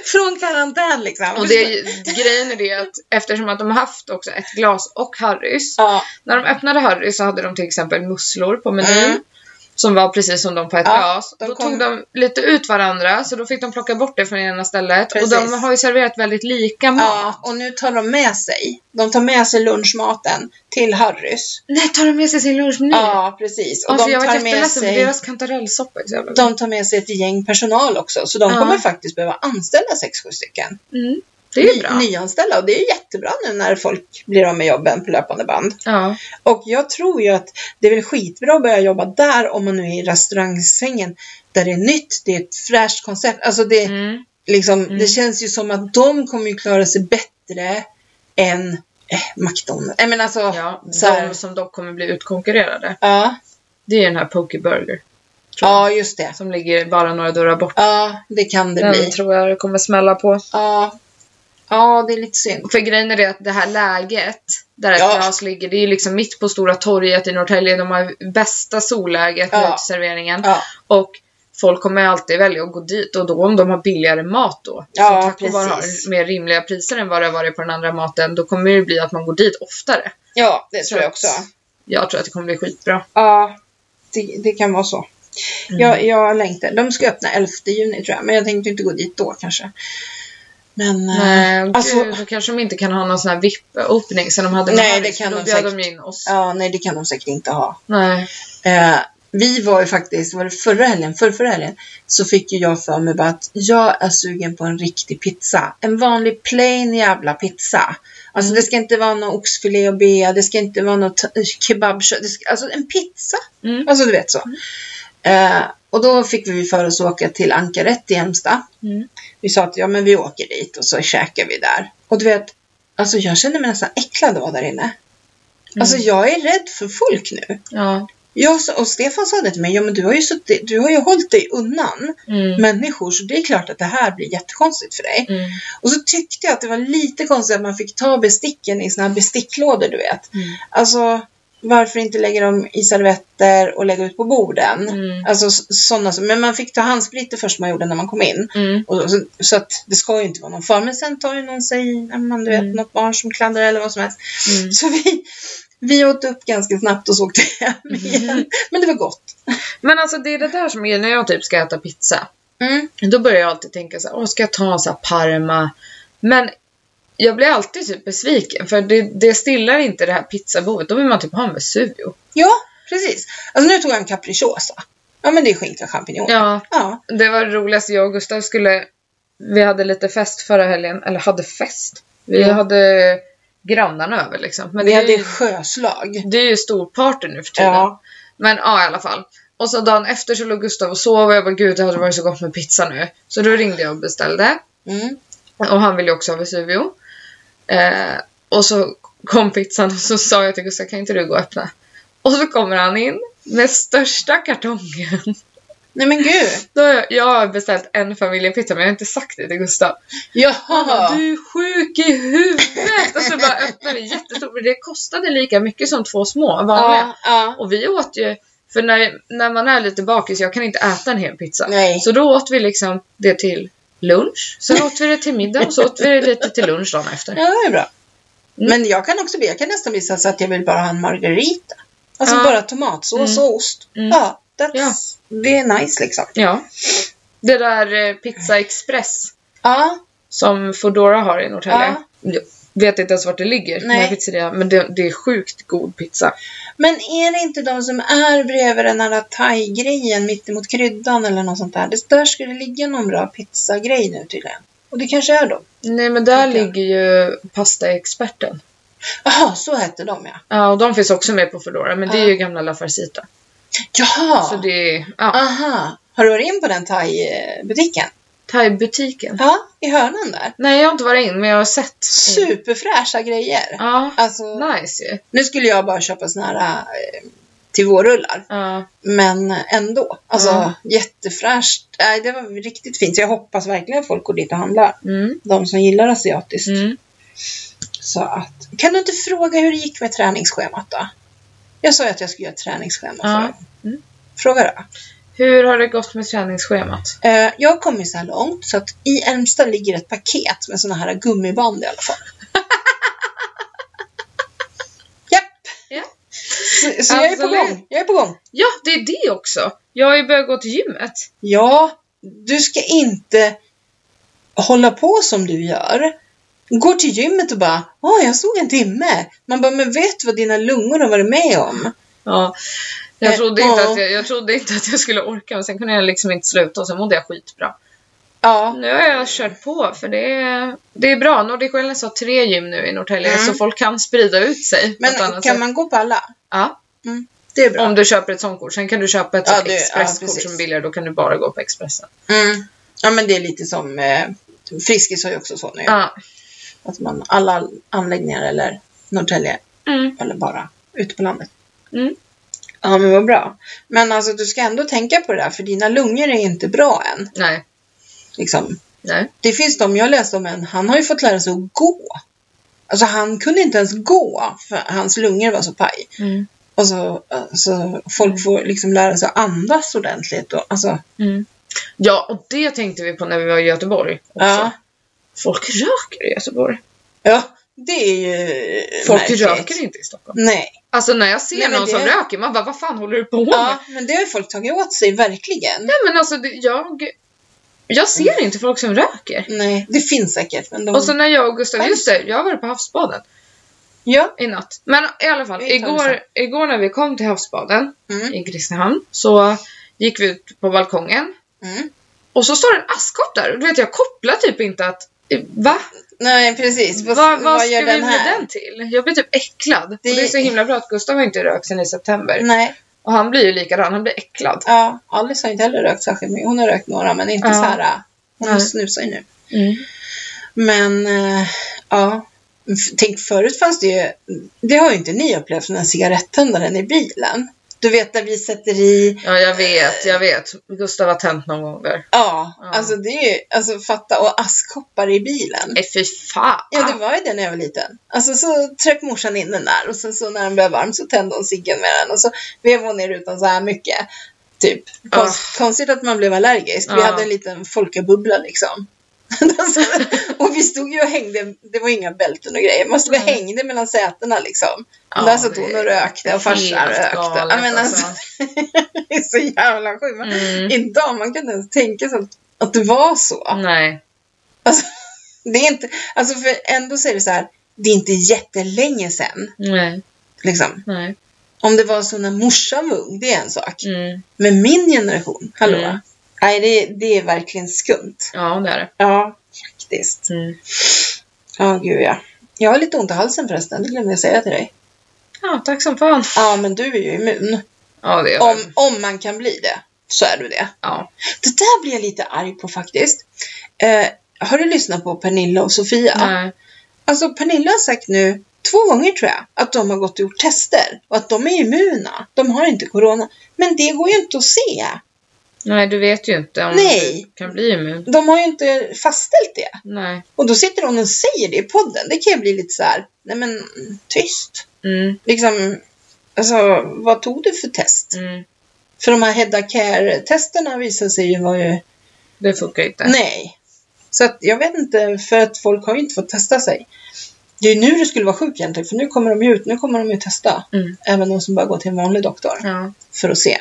Från karantän liksom.
Och det, är ju- grejen är det att eftersom att de har haft också ett glas och Harrys.
Ja,
När de öppnade Harry så hade de till exempel musslor på menyn.
Mm.
Som var precis som de på ett
Ja,
glas.
de
då
kom-
tog de lite ut varandra så då fick de plocka bort det från ena stället. Och de
Precis.
har ju serverat väldigt lika mat.
ja, och nu tar de med sig. De tar med sig lunchmaten till Harrys.
Nej, tar de med sig sin lunchmeny?
Ja, precis. Och
alltså,
de
jag var
tar med
jätteledsen
sig...
för deras kantarellsoppa är så jävla god.
De tar med sig ett gäng personal också, så de
Ja.
kommer faktiskt behöva anställa 6-7 stycken.
mm. Det är ju
Ny-
bra.
Nyanställa, och det är jättebra nu när folk blir av med jobben på löpande band.
Ja.
Och jag tror ju att det är väl skitbra att börja jobba där om man nu är i restaurangsängen där det är nytt, det är ett fräscht koncept. Alltså det,
Mm.
liksom,
Mm.
det känns ju som att de kommer ju klara sig bättre än eh, McDonalds. Jag menar alltså,
ja.
så här,
De som dock kommer bli utkonkurrerade.
ja,
Det är ju den här Poke Burger.
ja, just det.
Som ligger bara några dörrar bort.
Ja, det kan det
Den
bli.
tror jag det kommer smälla på.
Ja. ja, det är lite synd.
För grejen är det att det här läget där ett
Ja.
glas ligger, det är ju liksom mitt på Stora torget i Norrtälje. De har bästa solläget
Ja.
ja. serveringen.
Ja.
Och folk kommer ju alltid välja att gå dit och då om de har billigare mat då.
Ja,
som Taco Bar
precis.
har mer rimliga priser än vad det har varit på den andra maten. Då kommer det ju bli att man går dit oftare.
Ja, det tror jag
Så att-
också.
Jag tror att det kommer bli skitbra.
Ja, det, det kan vara så.
Mm.
Jag, jag längtar. De ska öppna 11 juni tror jag, men jag tänkte inte gå dit då kanske. Men... eh,
Nej, och
alltså-
gud, då kanske de inte kan ha någon sån här VIP-öppning som de hade
Nej,
Harrys,
det
för
kan
Då
de
bjöd de
säkert.
ju in oss.
Ja, nej det kan de säkert inte ha.
Nej.
Eh, vi var ju faktiskt, var det förra helgen, förra, förra helgen, så fick ju jag för mig bara att jag är sugen på en riktig pizza. En vanlig plain jävla pizza. Alltså det ska inte vara någon oxfilé och bea, det ska inte vara något eh, kebabkött, det ska, alltså en pizza.
Mm.
Alltså du vet så. Eh, och då fick vi för oss att åka till Ankaret i Halmstad.
Mm.
Vi sa att ja men vi åker dit och så käkar vi där. Och du vet, alltså jag känner mig nästan äcklad av att vara där inne. Alltså jag är rädd för folk nu.
Ja.
Jag, sa- och Stefan sa det till mig, ja men du har ju, suttit, du har ju hållit dig undan
Mm.
människor så det är klart att det här blir jättekonstigt för dig.
Mm.
Och så tyckte jag att det var lite konstigt att man fick ta besticken i såna här besticklådor du vet.
Mm.
Alltså varför inte lägga dem i servetter och lägga ut på borden?
Mm.
Alltså sådana som, men man fick ta handspriter först man gjorde när man kom in.
Mm.
Och så, så att det ska ju inte vara någon fara. Men sen tar ju någon sig, ja, men du vet,
Mm.
något barn som kladdar eller vad som helst.
Mm.
Så vi, vi åt upp ganska snabbt och så åkte vi hem
Mm.
igen. Men det var gott.
Men alltså det är det där som är när jag typ ska äta pizza.
Mm.
Då börjar jag alltid tänka så här, åh ska jag ta så här parma? Men jag blir alltid typ besviken för det, det stillar inte det här pizzabehovet. Då vill man typ ha en Vesuvio.
Ja, precis. Alltså nu tog jag en capricciosa. Ja, men det är skinka och champinjoner.
Ja,
Ja.
det var det roligaste. Jag och Gustav skulle, vi hade lite fest förra helgen, eller hade fest. Vi
Mm.
hade grannarna över liksom. Men
vi
det, är
hade
ju,
sjöslag.
det är ju storparty nu för tiden.
Ja.
Men ja, i alla fall. Och så dagen efter så låg Gustav och sov och jag bara gud det hade varit så gott med pizza nu. Så då ringde jag och beställde.
Mm.
Och han ville ju också ha Vesuvio. Eh, och så kom pizzan och så sa jag till Gustav, kan inte du gå och öppna? Och så kommer han in med största kartongen.
Nej men gud.
Då har jag, jag har beställt en familjepizza men jag har inte sagt det till Gustav. Han bara,
Jaha.
du är sjuk i huvudet! Och så bara öppnade det jättestort. Men Det kostade lika mycket som två små vanliga.
Ja, ja.
Och vi åt ju, för när, när man är lite bakis, jag kan inte äta en hel pizza.
Nej.
Så då åt vi liksom det till lunch, sen åt vi det till middag och så åt vi det lite till lunch dagen efter.
Ja, det är bra.
Mm.
Men jag kan också bli, jag kan nästan bli så här så att jag vill bara ha en margarita. Alltså
Ja.
bara tomatsås
Mm.
och ost.
Mm.
Ja, that's,
Ja.
det är nice liksom.
Ja. Det där eh, Pizza Express
Ja,
som Foodora har i Norrtälje.
Ja.
Jag vet inte ens vart det ligger,
Nej.
den här pizzerian, men det, det är sjukt god pizza.
Men är det inte de som är bredvid den här thai-grejen mittemot kryddan eller något sånt där? Det där ska det ligga någon bra pizzagrej nu tydligen. Och det kanske är de.
Nej men där
Okej.
ligger ju Pasta Experten.
Jaha, så hette de ja.
Ja, och de finns också med på Foodora, men det är ju gamla La Farsita.
Jaha!
Så det är, ja.
Aha. Har du varit in på den thai-butiken?
Thai-butiken.
Ja, i hörnan där.
Nej, jag har inte varit in, men jag har sett.
Superfräscha grejer.
Ja,
Alltså,
nice ju.
nu skulle jag bara köpa såna här eh, till vårrullar.
Ja.
Men ändå. Alltså
Ja.
jättefräscht. Nej, det var riktigt fint. Så Jag hoppas verkligen folk går dit och handlar.
Mm.
De som gillar asiatiskt.
Mm.
Så att, kan du inte fråga hur det gick med träningsschemat då? Jag sa ju att jag skulle göra ett träningsschema
Ja.
för dig.
Mm.
Fråga då.
Hur har det gått med träningsschemat?
Eh, Jag har kommit så här långt så att i Älmsta ligger ett paket med såna här gummiband i alla fall. Japp!
Ja.
Så, så jag är på
Absolut.
gång. Jag är på gång.
Ja, det är det också! Jag har ju börjat gå till gymmet.
Ja, du ska inte hålla på som du gör. Går till gymmet och bara Åh, jag såg en timme. Man bara, men vet du vad dina lungor har varit med om?
Ja. Jag
Eh,
trodde, inte
ja.
att jag, jag trodde inte att jag skulle orka, men sen kunde jag liksom inte sluta och sen mådde jag skitbra.
Ja,
Nu har jag kört på, för det är, det är bra. Nordic så har tre gym nu i Norrtälje,
Mm.
så folk kan sprida ut sig. på ett
men
annat
kan
sätt.
man gå på alla? Mm.
ja,
Det är bra.
om du köper ett sånt kort. Sen kan du köpa ett
Ja,
sånt
det- ja,
expresskort
precis.
som är billigare, då kan du bara gå på Expressen.
Mm. Ja, men det är lite som eh, Friskis har ju också så nu.
Ja.
Att man, alla anläggningar eller Norrtälje
Mm.
eller bara ute på landet.
Mm.
Ja, men vad bra. Men alltså du ska ändå tänka på det där, för dina lungor är inte bra än.
Nej,
Liksom,
nej.
Det finns de jag läste om en, han har ju fått lära sig att gå. Alltså han kunde inte ens gå för hans lungor var så paj.
Mm.
Och så, alltså, folk får liksom lära sig att andas ordentligt. Och, alltså,
Mm. Ja, och det tänkte vi på när vi var i Göteborg också.
ja,
Folk röker i Göteborg.
ja, det är ju
Folk
märkligt.
röker inte i Stockholm.
Nej,
Alltså när jag ser
Nej, men
någon som
det-
röker, man bara vad fan håller du på med?
ja, men det har ju folk tagit åt sig verkligen.
Nej men alltså det, jag, jag ser inte folk som röker.
Nej, det finns säkert. Men de...
Och så när jag och Gustav,
Skäms.
just det, jag var på havsbaden
Ja.
i natt. Men i alla fall,
Det är
igår,
Thomsen.
igår när vi kom till havsbaden
Mm,
i Kristinehamn så gick vi ut på balkongen
mm.
och så står en askkopp där. Och Du vet jag kopplar typ inte att, va?
Nej, precis.
Vad, vad, ska vi med den till? Jag blir typ äcklad.
Det- Mm.
Och det är så himla bra att Gustav har inte rökt sedan i september.
Nej,
Och han blir ju likadan, han blir äcklad.
ja, Alice har inte heller rökt särskilt mycket. Hon har rökt några, men inte
Ja.
så här. äh, Hon
Nej.
snusar ju nu. Men eh, ja, F- tänk förut fanns det ju, det har ju inte ni upplevt, den här cigarettändaren i bilen. Du vet när vi sätter i,
Ja, jag vet, jag vet. Gustav har tänt någon gång där.
ja,
Ja.
alltså det är ju, alltså fatta, och askkoppar i bilen.
Nej, fy fan!
Ja, det var ju det när jag var liten. Alltså så tryckte morsan in den där och sen så när den blev varm så tände hon ciggen med den och så vevade hon ner utan så här mycket. Typ. Konst,
Ah.
Konstigt att man blev allergisk. Vi
Ja.
hade en liten folkabubbla liksom. Alltså, och vi stod ju och hängde, det var inga bälten och grejer, man stod och
Nej.
hängde mellan sätena liksom.
Ja,
där satt
det
hon
är
och rökte och farsan
helt
rökte.
galet,
Ja, men alltså, det är så jävla sjukt. Men
Mm.
Idag, man kan inte ens tänka sig att, att det var så.
Nej.
Alltså, det är inte, alltså för ändå så är det så här, det är inte jättelänge sedan.
Nej.
Liksom.
Nej.
Om det var så när morsan var ung, det är en sak.
Mm.
Men min generation, hallå?
Mm.
Nej, det, det är verkligen skumt.
Ja, det är det.
Ja, faktiskt.
Mm.
Ja, gud ja. Jag har lite ont i halsen förresten, det glömde jag säga till dig.
Ja, tack som fan.
Ja, men du är ju immun.
Ja, det är det.
Om, om man kan bli det, så är du det.
Ja.
Det där blir jag lite arg på faktiskt. Eh, har du lyssnat på Pernilla och Sofia?
Nej.
Alltså Pernilla har sagt nu två gånger tror jag att de har gått och gjort tester och att de är immuna. De har inte corona. Men det går ju inte att se.
Nej, du vet ju inte om
Nej.
du kan bli immun.
De har ju inte fastställt det.
Nej.
Och då sitter hon och säger det i podden. Det kan ju bli lite så här, nej men mm, tyst.
Mm.
Liksom, alltså vad tog du för test?
Mm.
För de här Hedda Care-testerna visar sig ju vara ju,
Det funkar inte.
nej. Så att jag vet inte, för att folk har ju inte fått testa sig. Det är ju nu det skulle vara sjuk egentligen, för nu kommer de ju ut, nu kommer de ju testa.
Mm.
Även de som bara går till en vanlig doktor
Ja.
för att se.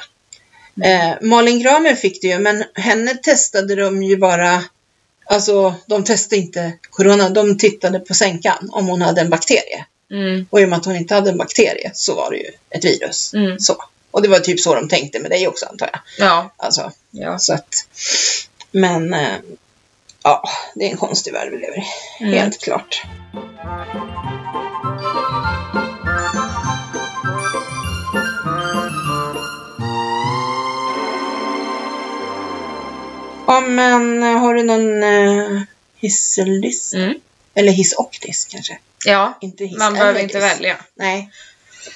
Eh, Malin Gramer fick det ju, men henne testade de ju bara, alltså de testade inte corona, de tittade på sänkan om hon hade en bakterie.
Mm.
Och i och med att hon inte hade en bakterie så var det ju ett virus.
Mm.
Så. Och det var typ så de tänkte med dig också antar jag.
Ja.
Alltså,
Ja.
så att, men eh, ja, det är en konstig värld vi lever i.
Mm.
Helt klart. Ja, men eh, har du någon eh, hisseldisk?
Mm.
Eller hiss och disk kanske?
Ja,
Inte hiss
man
eller
behöver inte
disk.
välja.
Nej.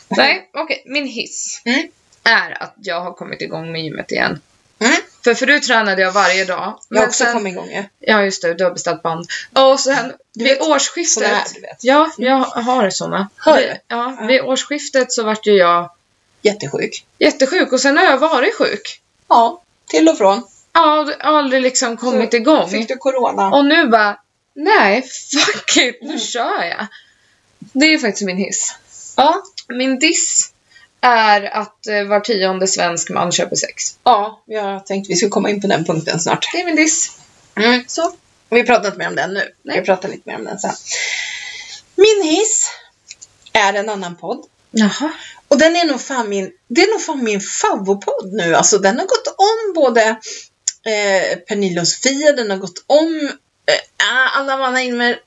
Nej, okej. Min hiss
Mm.
är att jag har kommit igång med gymmet igen.
Mm.
För förut tränade jag varje dag.
Jag har
men
också
sen-
kommit igång ju.
Ja, just det. Du har beställt band. Och sen
Du
vid
vet,
årsskiftet.
sådana här, du vet.
Ja, jag har såna.
Har du?
Vid- Ja,
Ja.
vid årsskiftet så vart ju jag
Jättesjuk.
jättesjuk och sen har jag varit sjuk.
Ja, till och från.
Ja, och aldrig liksom kommit
Så
igång.
Fick du corona?
Och nu bara, nej, fuck it,
Mm.
nu kör jag. Det är faktiskt min hiss.
Ja.
Min diss är att eh, var tionde svensk man köper sex.
Ja, jag tänkte vi skulle komma in på den punkten snart.
Det är min diss.
Mm.
Så.
Vi pratar inte mer om den nu.
Nej.
Vi pratar lite mer om den sen. Min hiss är en annan podd.
Jaha.
Och den är nog fan min, det är nog fan min favoritpodd nu. Alltså den har gått om både eh, Pernilla och Sofia, den har gått om eh, alla manna Inmer.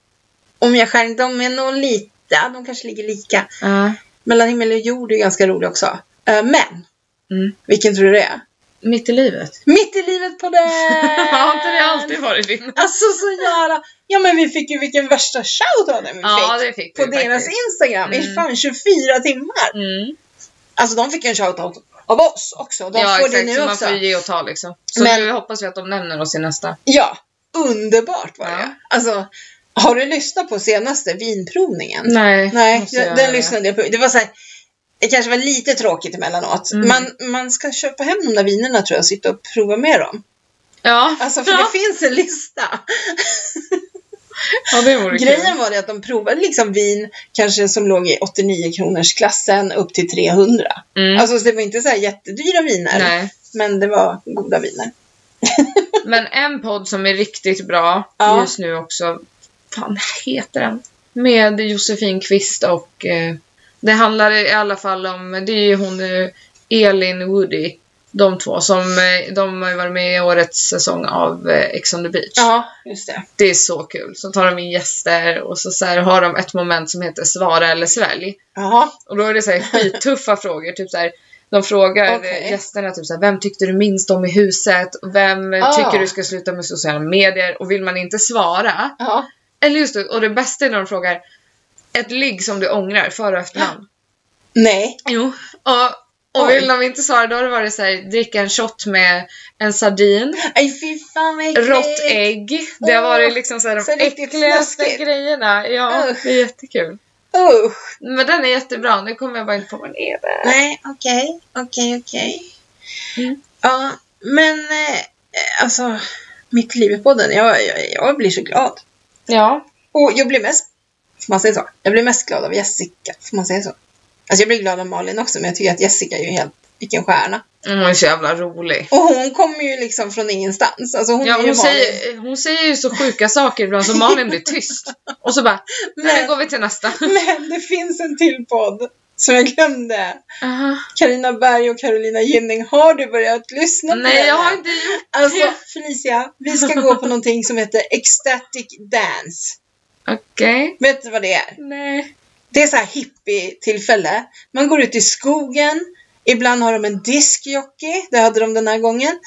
Om jag skär de är nog lite, ja, de kanske ligger lika.
Ja.
Mellan himmel och jord är ganska rolig också. Eh, men,
Mm.
vilken tror du det är?
Mitt i livet.
Mitt i livet på den!
Har inte det alltid varit din?
Alltså så jävla... Ja men vi fick ju vilken värsta shoutouten vi
Ja,
fick!
det fick
På
vi
deras
faktiskt.
Instagram i
Mm.
fan 24 timmar!
Mm.
Alltså de fick en shoutout av oss också. De
Ja,
får
exakt.
det
så
nu
man
också.
får ju ge och ta liksom. Så
Men-
nu hoppas vi att de nämner oss i nästa.
Ja, underbart var det.
Ja.
Alltså, har du lyssnat på senaste vinprovningen?
Nej.
Nej,
måste jag
den,
göra det.
lyssnade jag på. Det var så här, det kanske var lite tråkigt emellanåt.
Mm.
Man, man ska köpa hem de där vinerna tror jag och sitta och prova med dem.
Ja.
Alltså för
ja.
det finns en lista.
ja, det vore kul.
Grejen var det att de provade liksom vin kanske som låg i 89 kronors klassen upp till 300.
Mm.
Alltså så det var inte så här jättedyra viner.
Nej.
Men det var goda viner.
Men en podd som är riktigt bra
Ja.
just nu också. Fan heter den? Med Josefin Kvist och eh, det handlar i alla fall om, det är ju hon eh, Elin Woody. De två som eh, de har ju varit med i årets säsong av eh, Ex on the beach.
Ja, just det.
Det är så kul. Så tar de in gäster och så, så här, har de ett moment som heter svara eller svälj.
Jaha.
Och då är det så här skittuffa frågor. Typ så här, de frågar
Okej.
eh, gästerna typ så här, vem tyckte du minst om i huset? Vem eh,
Ah.
tycker du ska sluta med sociala medier? Och vill man inte svara?
Ja.
Eller just det, och det bästa är när de frågar ett ligg som du ångrar, före och efternamn.
Nej.
Jo. Och, och
Oj.
vill de inte svara då har det varit så här, dricka en shot med en sardin,
Nej, fy fan vad äckligt.
rått ägg. Det har
Åh,
varit liksom så här,
så
de
riktigt
äckligaste
snuskigt.
grejerna. Ja,
Usch.
det är jättekul.
Usch.
Men den är jättebra, nu kommer jag bara inte på vad den är.
Nej, okej, okej, okej.
Mm.
Ja, men eh, alltså, mitt liv i podden, jag, jag, jag blir så glad.
Ja.
Och jag blir mest, får man säga så? Jag blir mest glad av Jessica, får man säga så? Alltså jag blir glad av Malin också, men jag tycker att Jessica är ju helt, vilken stjärna.
Hon är så jävla rolig.
Och hon kommer ju liksom från ingenstans. Alltså hon
ja,
är ju
hon,
Malin.
säger, hon säger ju så sjuka saker ibland så Malin blir tyst. Och så bara, nej
Men-
nu går vi till nästa.
Men det finns en till podd som jag glömde.
Aha.
Karina Berg och Carolina Gynning, har du börjat lyssna på
Nej,
den
jag har
här?
inte gjort
Alltså
det.
Felicia, vi ska gå på någonting som heter Ecstatic Dance.
Okej.
Vet du vad det är?
Nej.
Det är så här hippie-tillfälle. Man går ut i skogen. Ibland har de en diskjockey. Det hade de den här gången.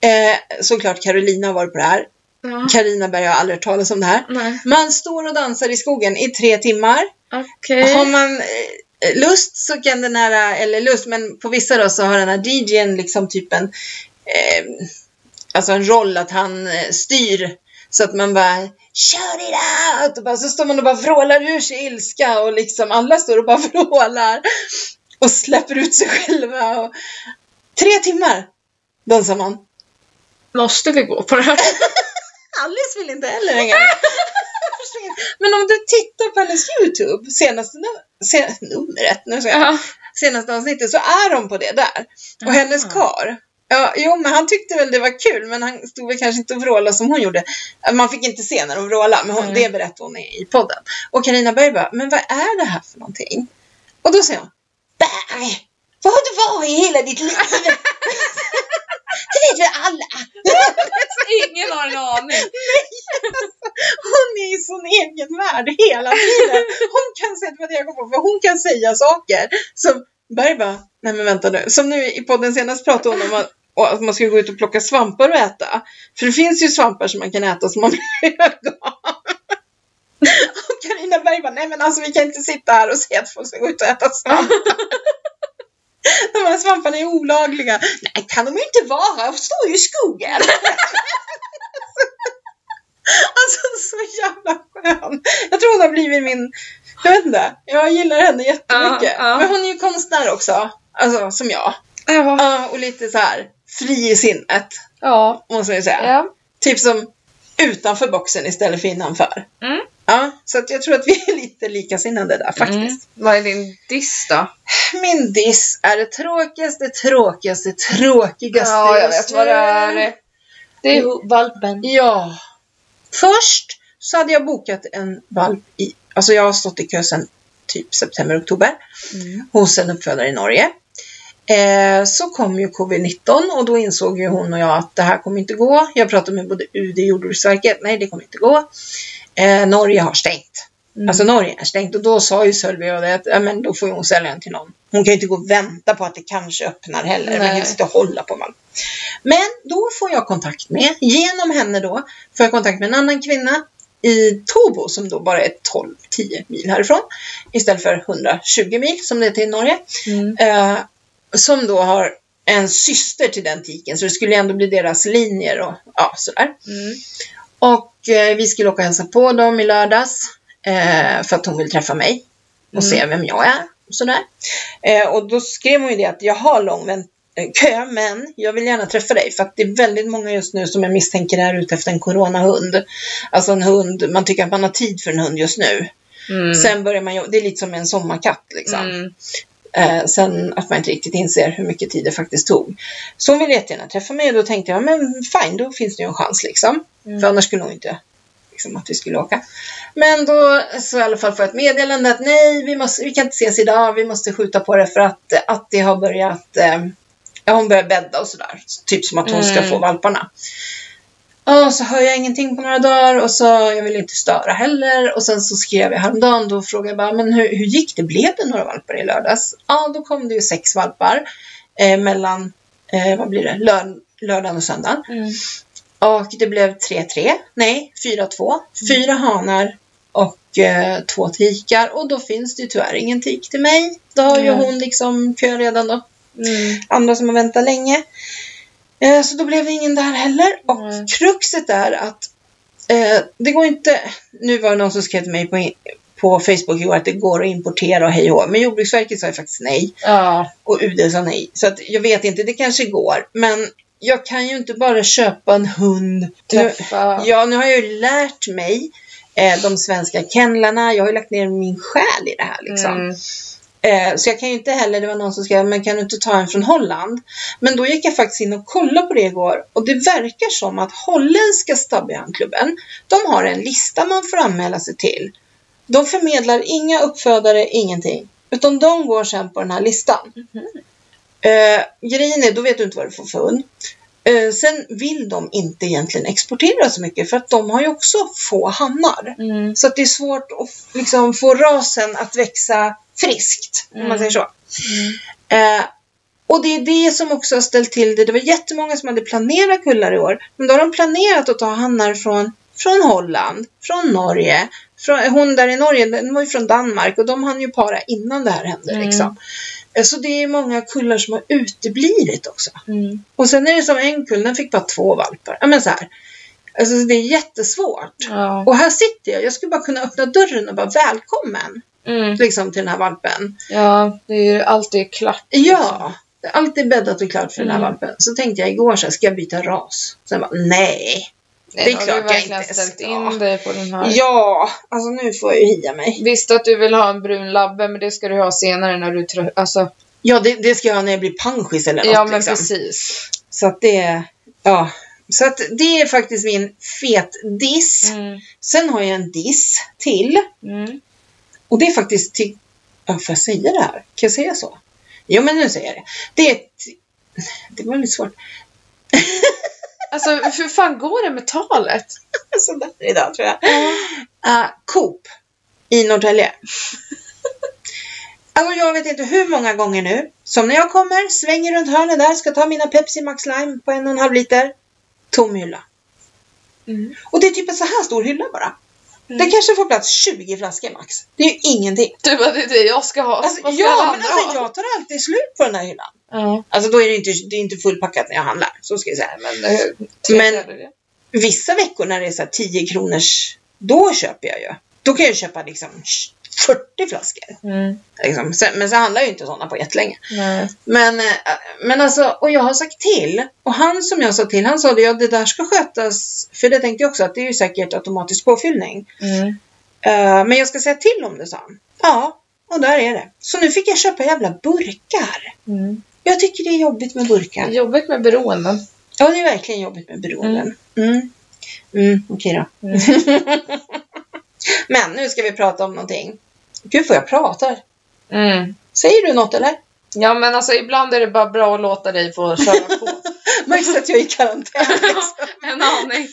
Eh, såklart Carolina har varit på det här.
Ja.
Carina Berg har aldrig hört talas om det här.
Nej.
Man står och dansar i skogen i tre timmar.
Okej.
Har man eh, lust så kan den här, eller lust, men på vissa då så har den här DJn liksom typ en, eh, alltså en roll att han eh, styr så att man bara Kör it out! Och bara, så står man och bara vrålar ur sig ilska och liksom alla står och bara vrålar och släpper ut sig själva. Och... Tre timmar dansar man.
Måste vi gå på det här?
Alice vill inte heller hänga med. Men om du tittar på hennes YouTube, senaste nu- se, numret, nu ska jag,
Ja.
senaste avsnittet, så är de på det där. Och hennes
Aha.
kar. Ja, jo, men han tyckte väl det var kul, men han stod väl kanske inte och vrålade som hon gjorde. Man fick inte se när de vrålade, men hon,
Nej.
det berättade hon i podden. Och Karina Berg bara, men vad är det här för någonting? Och då säger hon, Berg, vad har du varit i hela ditt liv? det vet väl alla?
Ingen har en aning.
Hon är i sin egen värld hela tiden. Hon kan säga, det var det jag kom på, för hon kan säga saker som Berg bara, nej men vänta nu. Som nu i podden senast pratade hon om att och att man ska gå ut och plocka svampar och äta. För det finns ju svampar som man kan äta som man blir vegan. Och Carina Berg bara, nej men alltså vi kan inte sitta här och se att folk ska gå ut och äta svampar. De här svamparna är olagliga. Nej, kan de ju inte vara, de står ju i skogen. Alltså så jävla skön. Jag tror hon har blivit min, jag vet inte, jag gillar henne jättemycket.
Ja, ja.
Men hon är ju konstnär också, alltså som jag.
Ja.
Ja, och lite så här fri i sinnet,
Ja.
måste jag ju säga.
ja.
Typ som utanför boxen istället för innanför.
Mm.
Ja, så att jag tror att vi är lite likasinnade där faktiskt.
Mm. Vad är din diss då?
Min diss är det tråkigaste, tråkigaste, tråkigaste
Ja, jag
just
vet vad det
nu.
är. Det är valpen.
Ja. Först så hade jag bokat en valp i, alltså jag har stått i kö sedan typ september, oktober
Mm.
hos en uppfödare i Norge. Eh, så kom ju covid-19 och då insåg ju hon och jag att det här kommer inte gå. Jag pratade med både UD och Jordbruksverket. Nej, det kommer inte gå. Eh, Norge har stängt.
Mm.
Alltså Norge är stängt och då sa ju Sölvi och det att ja, men då får ju hon sälja den till någon. Hon kan ju inte gå och vänta på att det kanske öppnar heller. Man kan ju
Nej.
inte sitta och hålla på man. Men då får jag kontakt med, genom henne då, får jag kontakt med en annan kvinna i Tobo som då bara är 12-10 mil härifrån istället för 120 mil som det är till Norge.
Mm.
Eh, som då har en syster till den tiken, så det skulle ju ändå bli deras linjer och ja, sådär.
Mm.
Och eh, vi skulle åka och hälsa på dem i lördags eh, för att hon vill träffa mig och
Mm.
se vem jag är. Och, sådär. Eh, och då skrev hon ju det att jag har lång vänt- eh, kö, men jag vill gärna träffa dig för att det är väldigt många just nu som jag misstänker är ute efter en coronahund. Alltså en hund, man tycker att man har tid för en hund just nu.
Mm.
Sen börjar man, ju- det är lite som en sommarkatt liksom.
Mm.
Eh, sen att man inte riktigt inser hur mycket tid det faktiskt tog. Så hon ville jättegärna träffa mig och då tänkte jag, men fine, då finns det ju en chans liksom.
Mm.
För annars skulle hon inte liksom, att vi skulle åka. Men då så i alla fall får jag ett meddelande att nej, vi, måste, vi kan inte ses idag, vi måste skjuta på det för att eh, Atti har börjat, eh, ja, hon börjar bädda och sådär. Typ som att hon ska
Mm.
få valparna. Och så hör jag ingenting på några dagar och så jag vill inte störa heller. Och sen så skrev jag häromdagen, då frågade jag bara, men hur, hur gick det? Blev det några valpar i lördags? Ja, då kom det ju sex valpar eh, mellan, eh, vad blir det, Lör, lördagen och söndagen.
Mm.
Och det blev 3-3, nej 4-2, fyra hanar och eh, två tikar. Och då finns det ju tyvärr ingen tik till mig. Då har ju
Mm.
hon liksom kö redan då.
Mm.
Andra som har väntat länge. Eh, så då blev det ingen där heller. Och
Nej.
kruxet är att eh, det går inte, nu var det någon som skrev till mig på, in- på Facebook igår att det går att importera och hej och hå. Men Jordbruksverket sa ju faktiskt nej.
Ja.
Och UD sa nej. Så att jag vet inte, det kanske går. Men jag kan ju inte bara köpa en hund. Nu,
Träffa.
ja, nu har jag ju lärt mig eh, de svenska kennlarna. Jag har ju lagt ner min själ i det här liksom.
Mm.
Eh, så jag kan ju inte heller, det var någon som skrev, men kan du inte ta en från Holland? Men då gick jag faktiskt in och kollade på det igår och det verkar som att holländska stabbyhandklubben, de har en lista man får anmäla sig till. De förmedlar inga uppfödare, ingenting. Utan de går sen på den här listan. Eh, grejen är, då vet du inte vad du får för hund. Eh, sen vill de inte egentligen exportera så mycket för att de har ju också få hannar.
Mm.
Så att det är svårt att liksom, få rasen att växa friskt, om man
Mm.
säger så.
Mm.
Eh, och det är det som också har ställt till det. Det var jättemånga som hade planerat kullar i år, men då har de planerat att ta hannar från, från Holland, från Norge. Från, hon där i Norge, den var ju från Danmark och de hann ju para innan det här hände.
Mm.
Liksom. Eh, Så det är många kullar som har uteblivit också.
Mm.
Och sen är det som en kull, den fick bara två valpar. Ja, men så här. Alltså det är jättesvårt.
Ja.
Och här sitter jag. Jag skulle bara kunna öppna dörren och bara välkommen
Mm.
liksom, till den här valpen.
Ja, det är ju alltid klart.
Ja, det är alltid bäddat och klart för den här
Mm.
valpen. Så tänkte jag igår så här, ska jag byta ras? Sen bara, nej. är
har
klart
du
jag
verkligen
inte
ställt
ska.
in dig på den här.
Ja, alltså nu får jag ju hia mig.
Visst att du vill ha en brun labbe, men det ska du ha senare när du trö- alltså,
Ja, det, det ska jag ha när jag blir panschis eller något.
Ja, men
liksom.
precis.
Så att det, ja. Så att det är faktiskt min fet diss.
Mm.
Sen har jag en diss till.
Mm.
Och det är faktiskt till... Ja, får jag säga det här? Kan jag säga så? Jo, men nu säger jag det. Det är... ett- Det var lite svårt.
Alltså, hur fan går det med talet?
Sådär idag Eh, tror jag. Uh, Coop i Norrtälje. Alltså jag vet inte hur många gånger nu som när jag kommer, svänger runt hörnet där, ska ta mina Pepsi Max Lime på en och en halv liter. Tom hylla.
Mm.
Och det är typ en så här stor hylla bara. Det kanske får plats 20 flaskor max. Det är ju ingenting.
Du bara, det är det jag ska ha.
Alltså,
Vad ska
ja,
alla
men
andra
alltså
ha?
jag tar alltid slut på den här hyllan.
Ja.
Alltså då är det inte, det är inte fullpackat när jag handlar. Så ska jag säga.
Men, eh, tre
Men-
fjärdedelar.
Vissa veckor när det är så här 10 kronors, då köper jag ju. Då kan jag ju köpa liksom 40 flaskor.
Mm.
Liksom. Sen- Men så handlar jag ju inte sådana på jättelänge.
Nej.
Men, eh, men alltså, och jag har sagt till. Och han som jag sa till, han sa det, ja det där ska skötas. För det tänkte jag också att det är ju säkert automatisk påfyllning.
Mm.
Eh, men jag ska säga till om det, sa han. Ja, och där är det. Så nu fick jag köpa jävla burkar.
Mm.
Jag tycker det är jobbigt med burkar.
Jobbigt med beroenden.
Ja, det är verkligen jobbigt med beroenden. Mm. Mm, okej då.
Mm.
Men nu ska vi prata om någonting. Gud vad jag pratar.
Mm.
Säger du något eller?
Ja men alltså ibland är det bara bra att låta dig få köra på.
Märks att jag är i karantän.
en aning.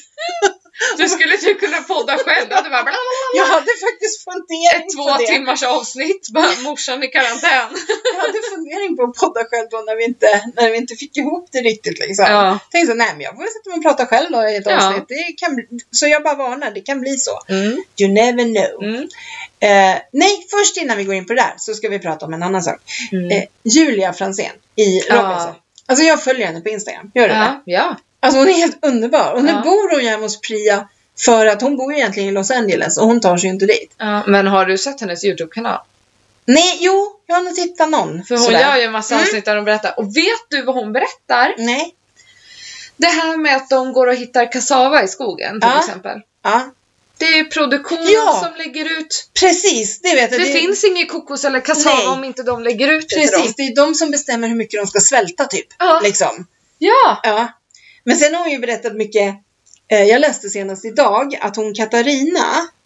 Du skulle typ kunna podda själv. Det hade bara bla, bla,
Jag hade faktiskt fundering
ett
på
två
det.
timmars avsnitt. Bara morsan i karantän.
Jag hade fundering på att podda själv då när vi inte, när vi inte fick ihop det riktigt liksom.
Ja.
Tänkte så, nej men jag får väl sätta mig och prata själv då i ett
Ja.
avsnitt. Det kan, bli- så jag bara varnar, det kan bli så.
Mm.
You never know.
Mm.
Eh, nej, först innan vi går in på det där så ska vi prata om en annan sak.
Mm.
Eh, Julia Franzén i
Ja.
Robinson. Alltså jag följer henne på Instagram, gör du det?
Ja. ja.
Alltså hon är helt underbar. Och nu
Ja.
bor hon ju hemma hos Priya för att hon bor ju egentligen i Los Angeles och hon tar sig ju inte dit.
Ja, men har du sett hennes YouTube-kanal?
Nej, jo, jag har nog tittat någon.
För hon
sådär.
gör ju en massa
Mm.
avsnitt där hon berättar. Och vet du vad hon berättar?
Nej,
Det här med att de går och hittar kassava i skogen till
Ja.
exempel.
ja.
Det är produktionen
Ja.
som lägger ut.
Precis, det vet
Det,
jag. är-
finns ingen kokos eller kassava
Nej.
om inte de lägger ut det till
Precis,
dem.
det är de som bestämmer hur mycket de ska svälta typ.
Ja.
Liksom.
Ja.
Ja. Men sen har hon ju berättat mycket. Eh, jag läste senast idag att hon Katarina,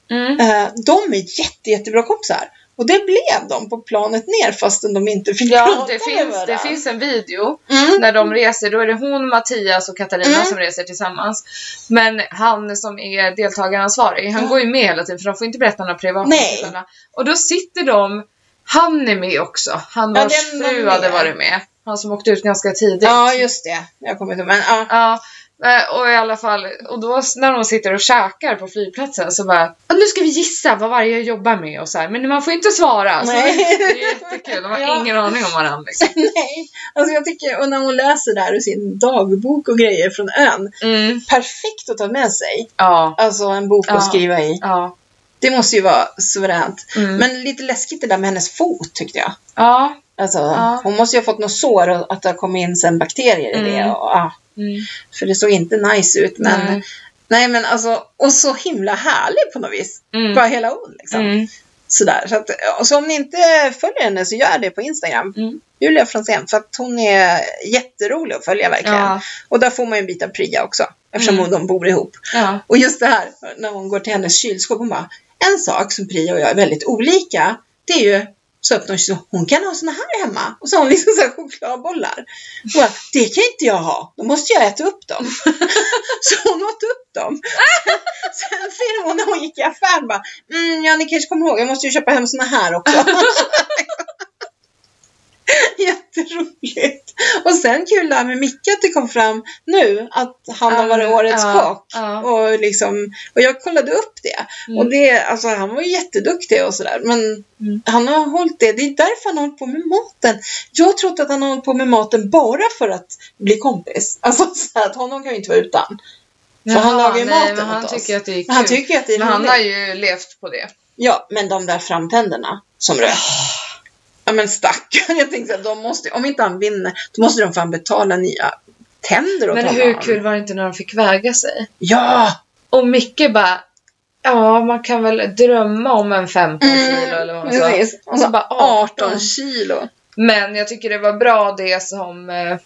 Mm.
eh, de är jätte, jättebra kompisar. Och det blev de på planet ner fastän de inte fick
Ja,
prata
det
med
finns, det
varandra.
finns en video
Mm.
när de reser. Då är det hon, Mattias och Katarina
Mm.
som reser tillsammans. Men han som är deltagaransvarig, han
Ja.
går ju med hela tiden för de får inte berätta några privata
Mm. Nej.
detaljer. Och då sitter de, han är med också. Han
Ja,
vars
den var
fru
med.
hade varit med. Han som åkte ut ganska tidigt.
Ja, just det. Jag kommer inte ihåg, men ja.
Ja, eh, och i alla fall, och då s- när de sitter och käkar på flygplatsen så bara "Ja, nu ska vi gissa vad varje jobbar med och så här, men man får inte svara. Så
Nej.
det är jättekul, de har
Ja.
ingen aning om varandra. Liksom.
Nej, alltså jag tycker, och när hon läser där ur sin dagbok och grejer från ön.
Mm.
Perfekt att ta med sig.
Ja,
Alltså en bok
Ja.
att skriva i.
ja.
Det måste ju vara suveränt.
Mm.
Men lite läskigt det där med hennes fot tyckte jag.
ja.
Alltså,
Ja.
Hon måste ju ha fått något sår och att det har kommit in sen bakterier i det.
Mm.
Och, ah,
Mm.
för det såg inte nice ut. Men,
Nej.
nej. men alltså, och så himla härlig på något vis.
Mm.
Bara hela hon liksom.
Mm.
Sådär. Så, att, ja, så om ni inte följer henne så gör det på Instagram.
Mm.
Julia Franzén. För att hon är jätterolig att följa verkligen.
Ja,
Och där får man ju en bit av Priya också. Eftersom
Mm.
hon, de bor ihop.
ja.
Och just det här när hon går till hennes kylskåp. Hon bara, en sak som Priya och jag är väldigt olika. Det är ju så öppnar hon kyl- hon kan ha såna här hemma. Och så har hon liksom så här chokladbollar. Hon bara, det kan inte jag ha. Då måste jag äta upp dem. så hon åt upp dem. Sen ser hon när hon gick i affären bara, mm, ja ni kanske kommer ihåg, jag måste ju köpa hem såna här också. Jätteroligt. Och sen kul det här med Micke att det kom fram nu att han har varit årets
ja,
kock.
ja.
Och, liksom, och jag kollade upp det.
Mm.
Och det, alltså, han var ju jätteduktig och sådär. Men
Mm.
han har hållit det. Det är därför han har hållit på med maten. Jag trodde att han har hållit på med maten bara för att bli kompis. Alltså så här, att honom kan ju inte vara utan. Så han lagar ju
nej,
maten
men han
åt oss.
tycker att det är
Men han
kul.
tycker ju att det är
Men han
roligt.
har ju levt på det.
Ja, men de där framtänderna som rök. Ja men stackarn. Jag tänkte att de måste, om inte han vinner, då måste de fan betala nya tänder åt
Men
honom.
hur kul var det inte när de fick väga sig?
Ja!
Och Micke bara, ja man kan väl drömma om en 15 kilo eller vad man sa.
Mm, precis. Och så bara 18 kilo.
Men jag tycker det var bra det som eh,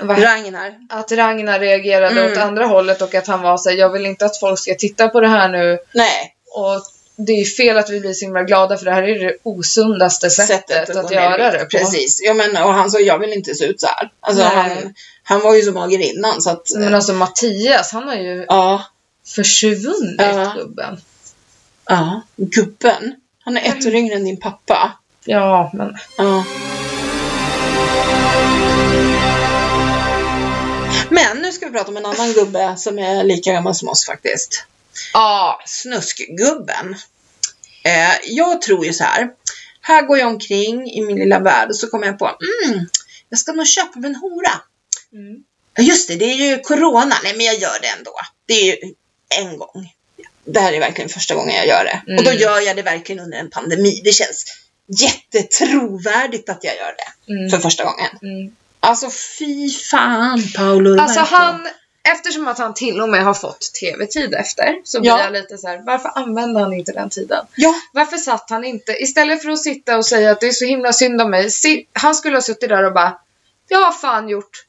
vad-
Ragnar.
att Ragnar reagerade
Mm.
åt andra hållet och att han var såhär, jag vill inte att folk ska titta på det här nu
Nej.
och det är ju fel att vi blir så himla glada för det här är det osundaste sättet, att,
gå ner
göra
i
det
vikt.
på.
Precis. Ja, men, och han sa, jag vill inte se ut så här. Alltså,
Nej.
han, han var ju så mager innan så att...
Men alltså Mattias, han har ju
ja.
försvunnit
Ja.
gubben. Mm.
ja. Gubben. Han är ett år yngre än din pappa.
Ja, men
Ja. Men nu ska vi prata om en annan gubbe som är lika gammal som oss faktiskt.
ja,
Snuskgubben. Eh, jag tror ju så här. Här går jag omkring i min lilla värld och så kommer jag på, mm, jag ska nog köpa mig en hora.
Mm.
Ja, Just det, det är ju corona. Nej, men jag gör det ändå. Det är ju en gång. Det här är verkligen första gången jag gör det. Och då
Mm.
gör jag det verkligen under en pandemi. Det känns jättetrovärdigt att jag gör det
Mm.
för första gången.
Mm.
Alltså fy fan Paolo Roberto.
Alltså han, eftersom att han till och med har fått tv-tid efter så blir
Ja.
jag lite så här, varför använde han inte den tiden?
Ja,
Varför satt han inte, istället för att sitta och säga att det är så himla synd om mig, si- han skulle ha suttit där och bara, jag har fan gjort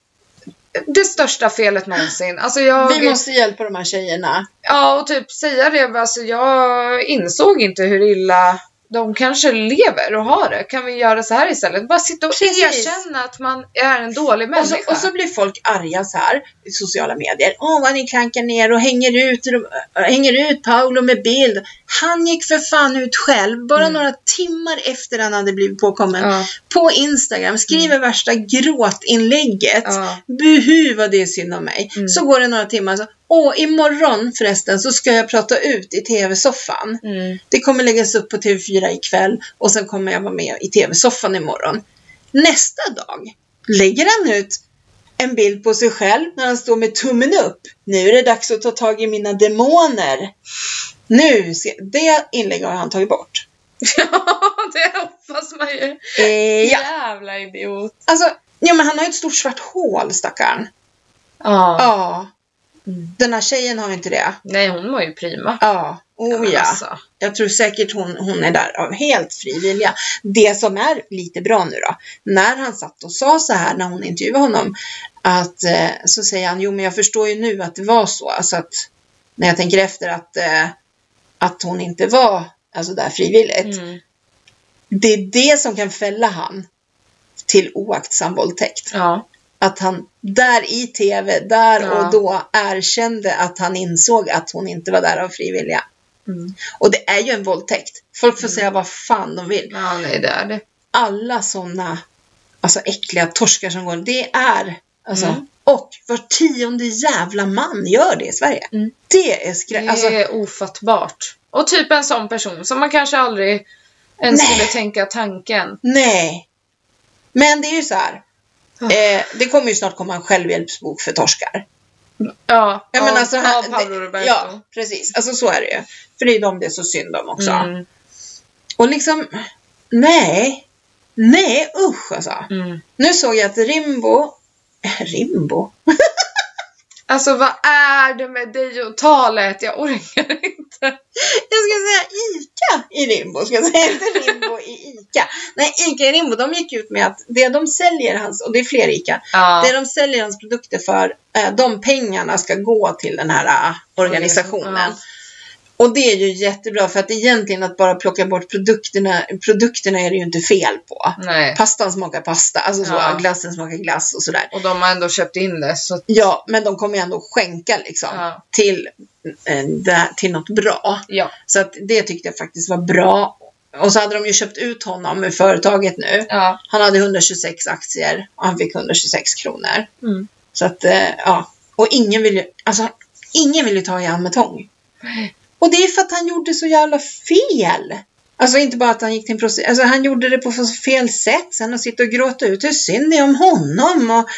det största felet någonsin. Alltså jag,
vi måste hjälpa de här tjejerna.
ja och typ säga det, alltså jag insåg inte hur illa de kanske lever och har det. Kan vi göra så här istället? Bara sitta och
Precis.
erkänna att man är en dålig
Och
människa.
så, och så blir folk arga så här i sociala medier. Åh, vad ni klankar ner och hänger ut, äh, hänger ut Paolo med bild. Han gick för fan ut själv, bara
Mm.
några timmar efter han hade blivit påkommen.
ja, Mm.
på Instagram skriver värsta gråtinlägget.
ja.
Buhu vad det är synd om mig.
Mm.
Så går det några timmar så, åh imorgon förresten så ska jag prata ut i tv-soffan.
Mm.
Det kommer läggas upp på TV4 ikväll och sen kommer jag vara med i tv-soffan imorgon. Nästa dag lägger han ut en bild på sig själv när han står med tummen upp. Nu är det dags att ta tag i mina demoner. Nu, ska- det inlägget har han tagit bort.
Ja, det hoppas man ju.
ja.
Jävla idiot.
Alltså, ja men han har ju ett stort svart hål stackarn.
Ja.
Ja.
Mm.
Den här tjejen har ju inte det.
Nej, hon mår ju prima.
Ja. Oh ja.
Alltså.
Jag tror säkert hon, hon är där av helt fri vilja. Det som är lite bra nu då, när han satt och sa så här när hon intervjuade honom, att eh, så säger han, jo men jag förstår ju nu att det var så, alltså att när jag tänker efter att, eh, att hon inte var alltså där frivilligt.
Mm.
Det är det som kan fälla han till oaktsam våldtäkt.
Ja.
att han där i tv, där
Ja.
och då erkände att han insåg att hon inte var där av fri vilja.
Mm.
Och det är ju en våldtäkt. Folk får säga vad fan de vill.
ja, nej det är det.
Alla sådana alltså äckliga torskar som går, det är alltså,
Mm.
och var tionde jävla man gör det i Sverige.
Mm.
Det är
Det
skräp. Alltså,
är ofattbart. Och typ en sån person som man kanske aldrig ens
Nej.
skulle tänka tanken.
nej. Men det är ju så här.
Ah.
Eh, det kommer ju snart komma en självhjälpsbok för torskar.
Ja,
Ja, men alltså,
ja
han-
Paolo
det-
Roberto.
Ja, precis. Alltså så är det ju. För det är ju dem det är så synd om också.
Mm.
Och liksom, nej. Nej, usch alltså.
Mm.
Nu såg jag att Rimbo, Rimbo?
Alltså vad är det med dig och talet? Jag orkar inte.
Jag ska säga Ica i Rimbo, ska jag säga. Inte Rimbo i Ica. Nej, Ica i Rimbo, de gick ut med att det de säljer hans, och det är fler Ica, det
Ja.
de säljer hans produkter för, eh, de pengarna ska gå till den här eh, organisationen.
Ja.
Och det är ju jättebra för att egentligen att bara plocka bort produkterna, produkterna är det ju inte fel på.
Nej.
Pastan smakar pasta, alltså så,
Ja.
glassen smakar glass och sådär.
Och de har ändå köpt in det så att,
Ja, men de kommer ju ändå skänka liksom
Ja.
till, eh, det- till något bra.
ja.
Så att det tyckte jag faktiskt var bra. Och så hade de ju köpt ut honom ur företaget nu.
Ja.
Han hade 126 aktier och han fick 126 kronor.
Mm.
Så att, eh, ja. Och ingen vill ju, alltså, ingen vill ju ta i han med tång. Och det är för att han gjorde så jävla fel. Alltså inte bara att han gick till en prostituerad, alltså han gjorde det på så fel sätt. Sen att sitta och gråta ut hur synd det är om honom. Och,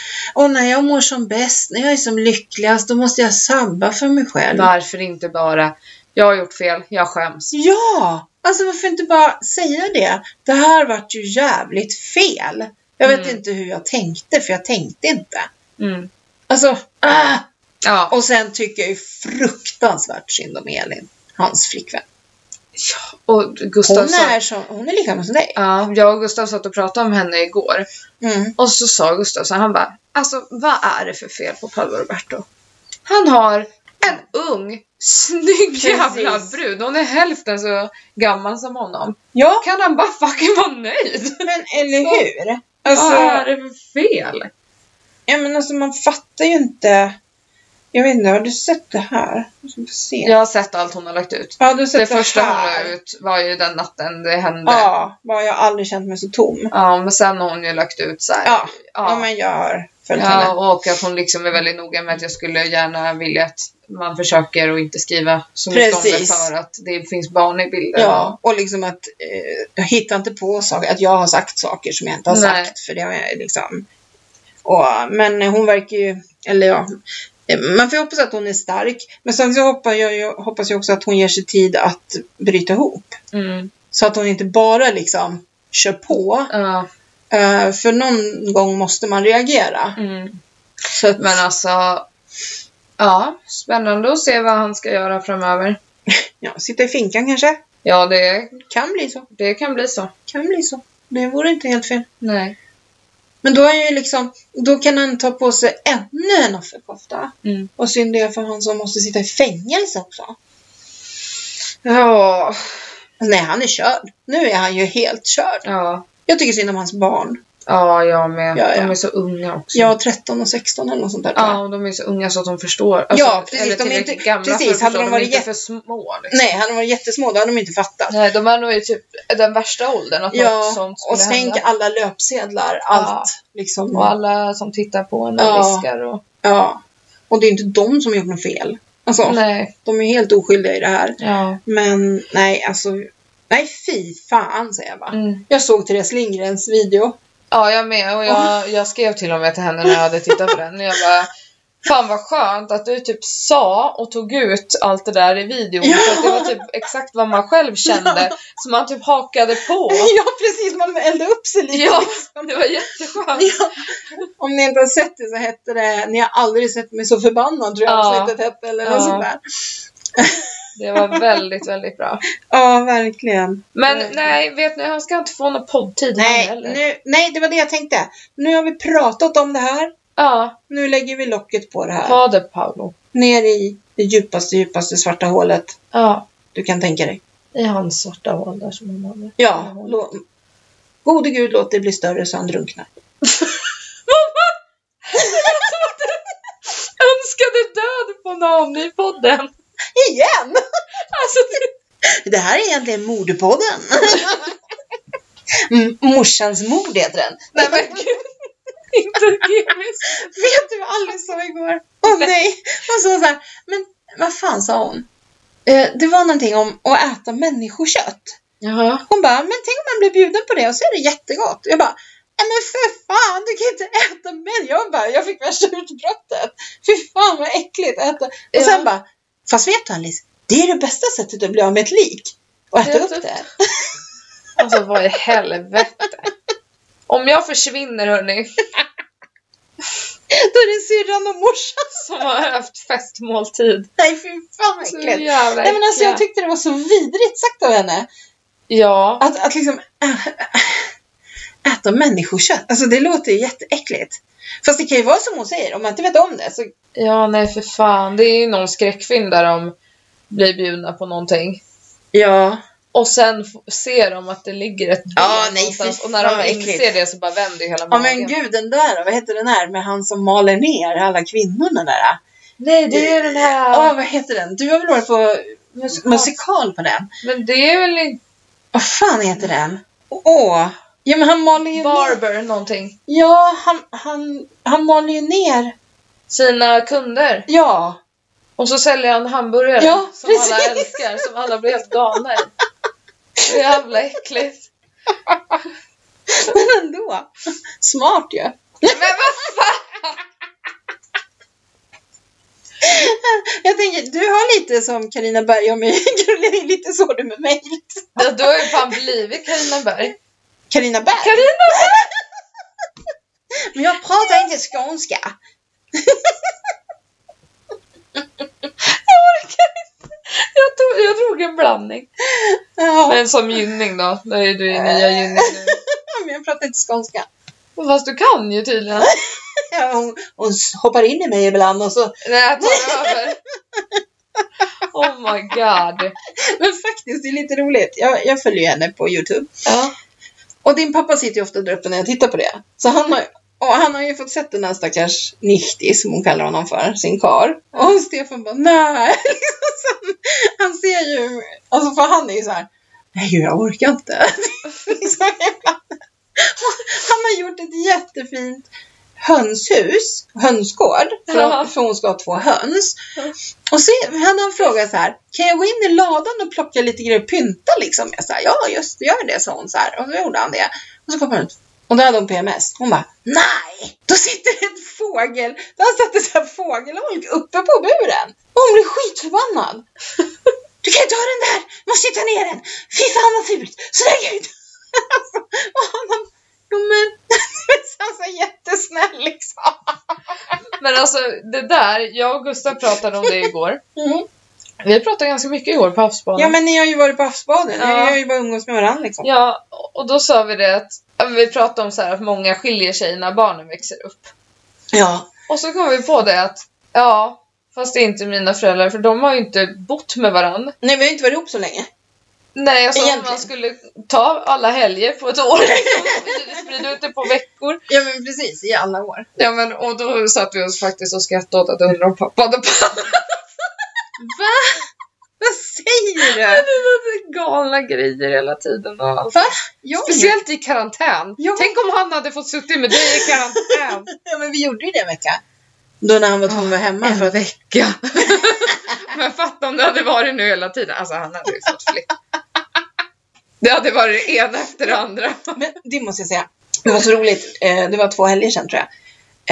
och när jag mår som bäst, när jag är som lyckligast, då måste jag sabba för mig själv.
Varför inte bara, jag har gjort fel, jag skäms.
Ja! Alltså varför inte bara säga det? Det här vart ju jävligt fel. Jag vet
Mm.
inte hur jag tänkte, för jag tänkte inte.
Mm.
Alltså, ah!
Ja.
Och sen tycker jag ju fruktansvärt synd om Elin, hans flickvän.
Och
Hon
Gustav sa...
är, som, hon är lika gammal som dig.
Ja, jag och Gustav satt och pratade om henne igår.
Mm.
Och så sa Gustav så här, han bara, alltså vad är det för fel på Paolo Roberto? Han har en ung, snygg jävla brud. Hon är hälften så gammal som honom.
Ja,
Kan han bara fucking vara nöjd?
men eller hur?
Vad
Alltså,
är det för fel?
ja, men alltså man fattar ju inte. Jag vet inte, har du sett det här? Jag ska få se.
Jag har sett allt hon har lagt ut.
Ja, du har sett
Det
det,
första hon la
här.
ut var ju den natten det hände. Ja,
Ja, bara jag har aldrig känt mig så tom. Ja,
men sen har hon ju lagt ut så här.
ja.
ja.
men jag har följt
Ja,
henne.
och att hon liksom är väldigt noga med att jag skulle gärna vilja att man försöker och inte skriva så mycket om det
Precis.
för att det finns barn i bilden.
Ja, och liksom att eh, jag hittar inte på saker, att jag har sagt saker som jag inte har
Nej.
sagt. För det har jag liksom. Och, men hon verkar ju, eller ja, eh, man får ju hoppas att hon är stark. Men sen så hoppas jag, ju- hoppas jag också att hon ger sig tid att bryta ihop.
Mm.
Så att hon inte bara liksom kör på.
Ja,
Eh, för någon gång måste man reagera.
mm.
Så att,
Men alltså, ja, spännande att se vad han ska göra framöver.
ja, sitta i finkan kanske.
Ja, det,
Kan bli så.
det kan bli så.
Kan bli så. Det vore inte helt fel.
Nej.
Men då är ju liksom, då kan han ta på sig ännu en offerkofta.
Mm.
Och synd det är för han som måste sitta i fängelse också. Alltså,
Ja,
Nej, han är körd. Nu är han ju helt körd.
ja,
Jag tycker synd om hans barn.
ja, jag med.
Ja, ja.
De är så unga också.
Jag är 13 och 16 eller något sånt där. tror jag.
Ja, och de är så unga så att de förstår. Alltså,
Ja, precis,
eller
de är
tillräckligt
inte-
gamla för att
precis, hade
förstå,
de varit
är inte
jätte-
för små. Liksom.
Nej, hade de varit jättesmå då hade de inte fattat.
Nej, de är nog i typ den värsta åldern att något
Ja,
sånt skulle
och tänk
hända.
alla löpsedlar, allt. Liksom.
Och alla som tittar på en och
Ja.
viskar och...
Ja. Och det är inte de som har gjort något fel. Alltså,
Nej.
de är helt oskyldiga i det här.
Ja.
Men nej, alltså. Nej, fy fan säger jag bara.
Mm.
Jag såg Therese Lindgrens video.
Ja, jag med. Och jag, jag skrev till och med till henne när jag hade tittat på den. Jag bara, Fan vad skönt att du typ sa och tog ut allt det där i videon.
Ja.
För att det var typ exakt vad man själv kände. Så man typ hakade på.
Ja, precis. Man eldade upp sig lite.
Ja, det var jätteskönt.
Ja. Om ni inte har sett det så hette det Ni har aldrig sett mig så förbannad tror jag Alltså,
Ja.
avsnittet hette eller
Ja.
något sånt där.
Det var väldigt, väldigt bra.
Ja, verkligen.
Men
Mm.
nej, vet ni, han ska inte få någon poddtid han
Nej,
heller.
nu, nej, det var det jag tänkte. Nu har vi pratat om det här.
Ja,
Nu lägger vi locket på det här.
ta det Paolo.
Ner i det djupaste, djupaste svarta hålet
Ja,
du kan tänka dig.
i hans svarta hål där som han hade.
Ja, lå- gode gud låt det bli större så han drunknar.
önskade död på någon i podden.
Igen!
Alltså, det-
Det här är egentligen mordpodden. Mm, morsans mord heter den.
nej men gud. Inte kemiskt.
Vet du vad Alice sa igår? Åh nej! Hon sa så här, men vad fan sa hon? Eh, det var någonting om att äta människokött.
Jaha.
Hon bara, men tänk om man blir bjuden på det och så är det jättegott. Jag bara, nej men för fan du kan inte äta människa. Jag bara, jag fick värsta utbrottet. Fy fan vad äckligt att äta. Och
Ja.
sen bara, fast vet du Alice, det är det bästa sättet att bli av med ett lik. Och äta
Äta
upp
upp.
det.
Alltså vad i helvete. Om jag försvinner hörni,
Då är det syrran och morsan.
som har haft festmåltid.
Nej fy fan vad
Så
äckligt.
jävla
Nej men alltså jag
äckliga.
tyckte det var så vidrigt sagt av henne.
Ja.
Att, att liksom äh, äta människokött, alltså det låter ju jätteäckligt. Fast det kan ju vara som hon säger, om man inte vet om det så
Ja, nej för fan. Det är ju någon skräckfilm där de blir bjudna på någonting.
Ja.
Och sen f- ser de att det ligger ett ben
Ja, nej,
någonstans.
fy
Och när
fan, vad
de
äckligt.
inser det så bara vänder ju hela
Ja men gud den där, vad heter den där med han som maler ner alla kvinnorna där?
Nej, det är den
Ja,
här...
vad heter den? Du har väl varit på musikal, på den?
Men det är väl inte
Vad fan heter den? Åh! Ja men han maler ju ner.
Barber någonting?
Ja, han, han, han maler ju ner.
Sina kunder.
Ja.
Och så säljer han hamburgare
Ja,
som
precis.
alla älskar, som alla blir helt galna i. Så jävla äckligt.
Men ändå. Smart ju.
Men vad fan!
Jag tänker, du har lite som Karina Bergholm i Caroline, lite så du med mig.
Ja, Du har ju fan blivit Carina Berg.
Karina Berg?
Carina Berg!
Men jag pratar inte skånska.
Jag, tog, jag drog en blandning.
Ja,
Men som Gynning då. Där är du i nya Gynning nu.
men jag pratar inte skånska.
Fast du kan ju tydligen.
Ja, hon, hon hoppar in i mig ibland och så...
Nej, jag tar över. Oh my god.
Men faktiskt, det är lite roligt. Jag, jag följer ju henne på YouTube.
Ja.
Och din pappa sitter ju ofta där uppe när jag tittar på det. Så han har, Och han har ju fått sett den här stackars Nihti, som hon kallar honom för, sin kar. Och Stefan bara nej. Liksom, så han- han ser ju, alltså för han är ju så här, nej gud, jag orkar inte. liksom, han har gjort ett jättefint hönshus, hönsgård, för,
Ja.
för hon ska ha två höns.
Ja.
Och sen hade han frågat så här, kan jag gå in i ladan och plocka lite grejer och pynta liksom? Jag sa, ja just det, gör det, sa hon så här. Och då gjorde han det. Och så kom han ut. Och då hade hon PMS. Hon bara, nej! Då sitter det ett fågel, då har han satt ett så här fågelholk uppe på buren. Och hon blir skitförbannad. Du kan ju inte ha den där! Du måste ju ta ner den! Fy fan vad fult! Så där kan jag inte... Alltså, och han jo men... Han är så jättesnäll liksom.
Men alltså det där, jag och Gustav pratade om det igår.
Mm.
Vi pratade ganska mycket igår på havsbanan.
Ja men ni har ju varit på havsbaden,
Ja.
ni har ju bara umgås med varandra liksom.
Ja, och då sa vi det att ja, vi pratade om så här att många skiljer sig när barnen växer upp.
Ja.
Och så kom vi på det att ja, fast det är inte mina föräldrar för de har ju inte bott med varandra.
Nej vi har ju inte varit ihop så länge.
Nej, alltså om
Egentligen.
man skulle ta alla helger på ett år liksom, sprida ut det på veckor.
Ja men precis, i alla år.
Ja, men och då satt vi oss faktiskt och skrattade åt att undra om pappa hade pallat
Va? Vad säger du?
galna grejer hela tiden och allt.
Va? Jag
Speciellt i karantän.
Ja.
Tänk om han hade fått suttit med dig i karantän.
Ja men vi gjorde ju det en vecka. Då när han var tvungen att vara hemma. För att...
vecka. Men fatta om det hade varit nu hela tiden. Alltså han hade ju fått flipp. Det hade varit det ena efter det andra.
Men det måste jag säga. Det var så roligt. Eh, Det var två helger sedan tror jag.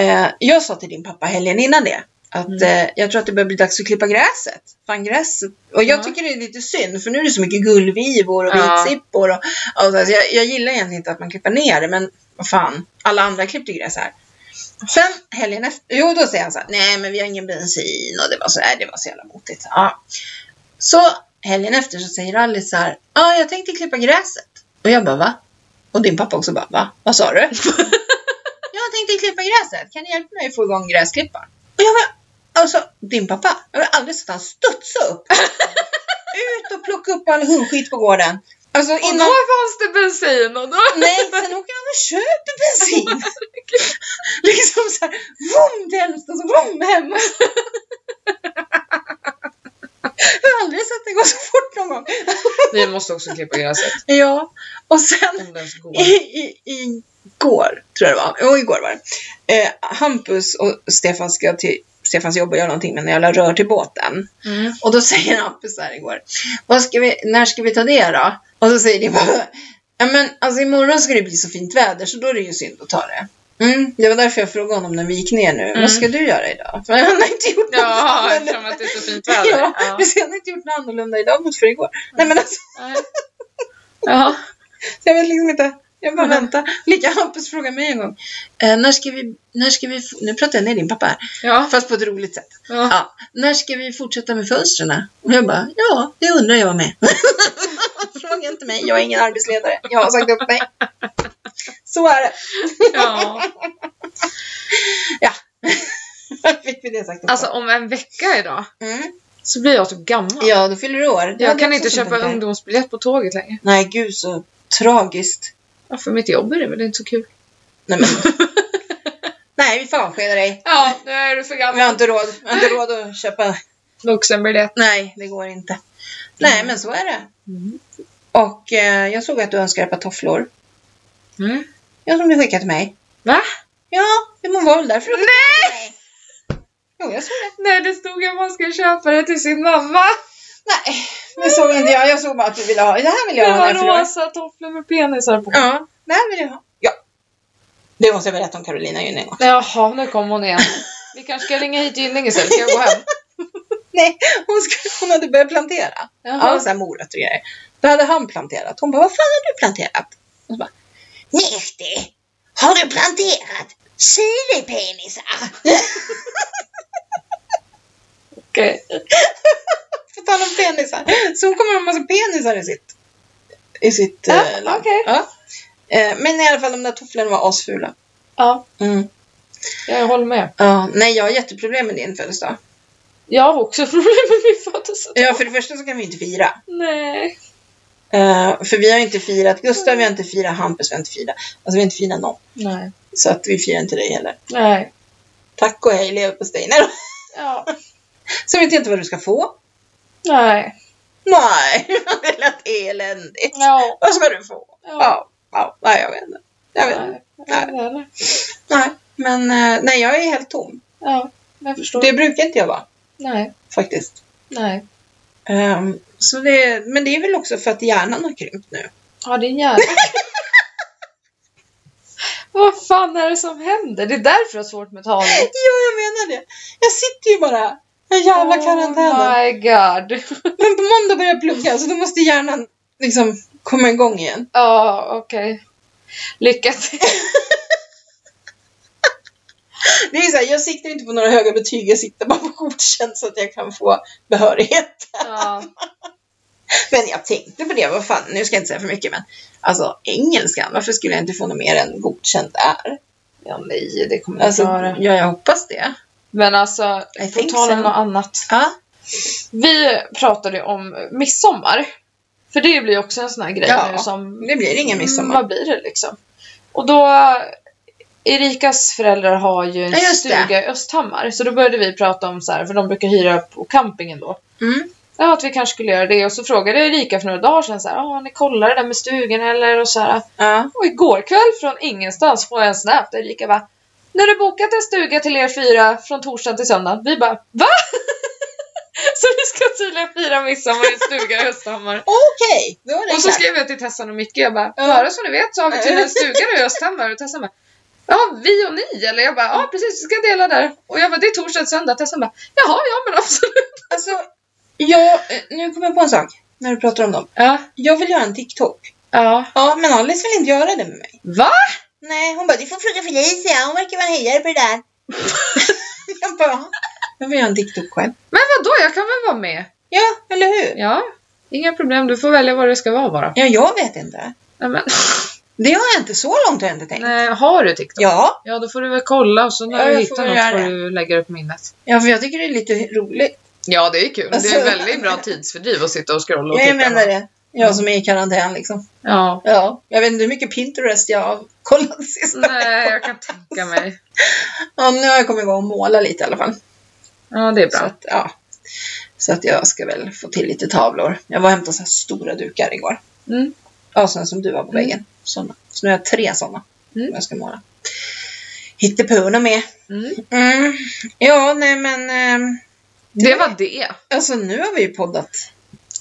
Eh, Jag sa till din pappa helgen innan det. Att
Mm.
eh, jag tror att det börjar bli dags att klippa gräset. Fan gräset. Och jag
Ja.
tycker det är lite synd för nu är det så mycket gullvivor och
Ja.
vitsippor. Och, och så här, så jag, jag gillar egentligen inte att man klipper ner det men vad fan. Alla andra klippte ju gräs här. Sen helgen efter, jo då säger han så här, nej men vi har ingen bensin och det var så, nej, det var så jävla motigt. Ja. Så helgen efter så säger Alice så här, ja jag tänkte klippa gräset. Och jag bara va? Och din pappa också bara va? Vad sa du? jag tänkte klippa gräset, kan ni hjälpa mig att få igång gräsklipparen? Och jag bara, alltså din pappa, jag har aldrig sett han studsa upp. Ut och plocka upp all hundskit på gården. Alltså
Och
innan...
då fanns det bensin och då...
Nej, sen åker han och köper bensin. liksom så här, vroom till Älmstad, så vroom hem. Jag har aldrig sett det gå så fort någon gång.
Vi måste också klippa gräset.
Ja, och sen
Om det ens går.
i, i, igår, tror jag det var. Jo, igår var det. Eh, Hampus och Stefan ska till Stefans jobb och göra någonting med en jävla rör till båten.
Mm.
Och då säger Hampus så här igår. Vad ska vi, när ska vi ta det då? Och så säger din pappa. Ja men alltså imorgon ska det bli så fint väder så då är det ju synd att ta det. Mm, det var därför jag frågade honom när vi gick ner nu.
Mm.
Vad ska du göra idag? För han har inte gjort
Ja,
något
eftersom
annorlunda.
att det är så fint väder.
Ja,
Ja.
precis. Han har inte gjort något annorlunda idag mot för igår. Nej men alltså.
Nej. Ja.
Jag vet liksom inte. Jag bara
Nej.
väntar. Lika Hampus frågade mig en gång. Eh, när ska vi, när ska vi, f- nu pratar jag ner din pappa här.
Ja.
Fast på ett roligt sätt.
ja.
Ja. När ska vi fortsätta med fönstren? Och jag bara, ja, det undrar jag med. Fråga inte mig, jag är ingen arbetsledare. Jag har sagt upp mig. Så är det.
ja.
Fick vi det sagt upp.
Alltså om en vecka idag
Mm.
så blir jag typ gammal.
Ja, då fyller du år. Det
Jag
hade
kan
också
inte
sånt
köpa
där.
ungdomsbiljett på tåget längre.
Nej, gud så tragiskt.
Ja, för mitt jobb är det väl inte så kul.
Nej, men. Nej, vi får avskeda dig.
Ja, nu är du för
Vi har
gammal.
inte råd, vi har inte råd att köpa
Vuxenbiljett.
Nej, det går inte. Nej, men så är det.
Mm.
Och eh, jag såg att du önskade ett par tofflor.
Mm.
Ja, som du skickade till mig.
Va?
Ja, det må vara väl därför du Nej! Jo, jag såg det.
Nej, det stod att man ska köpa det till sin mamma.
Nej, det såg inte jag. Jag såg bara att du ville ha. Det här vill
Det
jag ha.
var
när jag förlorar.
rosa tofflor med penisar på.
Ja, det här vill jag ha. Ja. Det måste jag berätta om Carolina Gynning en gång.
Jaha, nu kom hon igen. Vi kanske ska ringa hit Gynning istället. Ska jag gå hem?
Nej, hon, skulle, hon hade börjat plantera. Ja,
Jaha.
så här morötter och grejer. Då hade han planterat. Hon bara, vad fan har du planterat? Och så bara, Nifty, har du planterat chilipenisar?
Okej.
På tal om penisar. Så hon kommer ha en massa penisar i sitt, i sitt
Ja,
eh, land.
okej.
Ja. Eh, men i alla fall, de där tofflorna var asfula.
Ja,
Mm.
jag håller med.
Ja, nej, jag har jätteproblem med din födelsedag.
Jag har också problem med min födelsedag.
Ja, för det första så kan vi inte fira.
Nej.
Eh, för vi har inte firat Gustav, vi har inte firat Hampus, vi har inte firat. Alltså vi har inte firat någon.
Nej.
Så att vi firar inte dig heller.
Nej.
Tack och hej leverpastej. Nej då.
Ja.
Så vet jag inte vad du ska få.
Nej.
Nej, det lät eländigt.
Ja.
Vad ska du få?
Ja.
Ja, ja, nej jag vet inte. Jag vet inte.
Nej. Nej.
Nej, men eh, nej jag är helt tom.
Ja. Men jag förstår.
Det brukar inte jag vara
Nej.
faktiskt.
Nej.
Ehm, så det, men det är väl också för att hjärnan har krympt nu.
Ja, din hjärna. Vad fan är det som händer? Det är därför jag har svårt med tal.
Ja, jag menar det. Jag sitter ju bara den jävla karantänen.
Oh my god.
Men på måndag börjar jag plugga så då måste hjärnan liksom komma igång igen.
Ja, okej. Lycka till.
Det är så här, jag siktar inte på några höga betyg, jag siktar bara på godkänt så att jag kan få behörighet.
Ja.
Men jag tänkte på det, vad fan, nu ska jag inte säga för mycket men alltså engelskan, varför skulle jag inte få något mer än godkänt är?
ja, nej, det kommer
Alltså,
jag klara.
ja, jag hoppas det.
Men alltså,
I
på
think
tal om
so.
något annat.
Ja,
Vi pratade ju om midsommar. För det blir ju också en sån här grej
Ja.
nu som...
det blir ingen midsommar.
Vad blir det liksom? Och då... Erikas föräldrar har ju en
Ja, just det.
stuga i Östhammar. Så då började vi prata om så här, för de brukar hyra på campingen då.
Mm.
Ja, att vi kanske skulle göra det. Och så frågade Erika för några dagar sedan så här, ja, ni kollar det där med stugan eller? Och så här,
Ja.
och igår kväll från ingenstans får jag en snap där Erika bara Nu har du bokat en stuga till er fyra från torsdag till söndag. Vi bara VA? så vi ska tydligen fira midsommar i en stuga i Östhammar.
Okej, då är det
Och så
klart.
skrev jag till Tessan och Micke, jag bara
Ja.
Bara så ni vet så har vi tydligen en stuga nu i Östhammar och Tessan bara Ja, vi och ni eller? Jag bara ja precis, vi ska dela där. Och jag bara det är torsdag till söndag. Tessan bara jaha, ja men absolut.
Alltså, jag, eh, nu kommer jag på en sak när du pratar om dem.
Ja,
Jag vill göra en TikTok.
ja.
Ja, men Alice vill inte göra det med mig.
Va?
Nej, hon bara, du får fråga Felicia, hon verkar vara en hejare på det där. jag bara, "Ja." jag vill göra en TikTok själv.
Men vadå, jag kan väl vara med?
Ja, eller hur?
Ja, inga problem. Du får välja vad det ska vara bara.
Ja, jag vet inte.
Nej, men,
Det har jag inte, så långt har jag inte tänkt.
nej, har du TikTok?
Ja,
Ja, då får du väl kolla och så när
Ja,
du
jag
hittar
får
något
göra
får
det.
du lägga upp minnet.
ja, för jag tycker det är lite roligt.
Ja, det är kul.
Alltså-
Det är väldigt bra tidsfördriv att sitta och scrolla och
jag
titta. Mm.
menar
på.
det. Jag som är i karantän liksom.
Ja.
Ja, jag vet inte hur mycket Pinterest jag har kollat sista
Nej,
veckan.
jag kan tänka mig.
Ja, nu har jag kommit igång och måla lite i alla fall.
Ja, det är
Så
bra.
att, ja. Så att jag ska väl få till lite tavlor. Jag var och hämtade så här stora dukar igår.
Mm.
Ja, sådana som du var på
Mm.
väggen. Såna. Så nu har jag tre sådana
Mm.
som jag ska måla. Hittepåerna med.
Mm.
Mm. Ja, nej men. ehm,
Det var det.
alltså nu har vi ju poddat.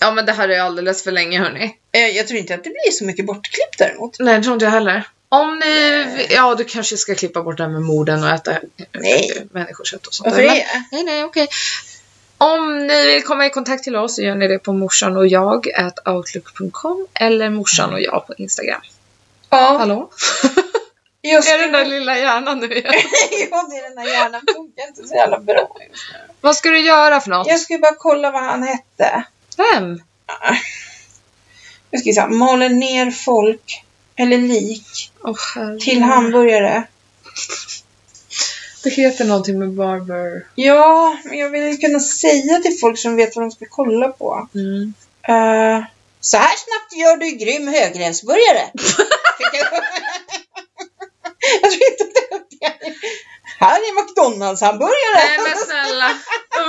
Ja, men det här är alldeles för länge hörni.
Eh, jag tror inte att det blir så mycket bortklippt däremot.
Nej, det tror inte jag heller. Om ni... Ja, du kanske ska klippa bort det här med morden och äta
Nej.
människokött och sånt.
Varför
där,
det?
men- Nej, nej, okej. Om ni vill komma i kontakt till oss så gör ni det på morsan och jag outlook.com eller morsan och jag på Instagram.
Ja,
Hallå?
just
Är den där lilla hjärnan nu igen?
Ja, det är den där hjärnan funkar inte så jävla bra. just nu.
Vad ska du göra för något?
Jag skulle bara kolla vad han hette.
Vem?
Jag ska säga, maler ner folk eller lik
Åh herre.
till hamburgare.
Det heter någonting med Barber.
Ja, men jag vill ju kunna säga till folk som vet vad de ska kolla på.
Mm.
Eh, så här snabbt gör du grym högrevsburgare. Fick jag- jag tror inte att det är Här är
Nej
McDonalds-hamburgare.
men snälla,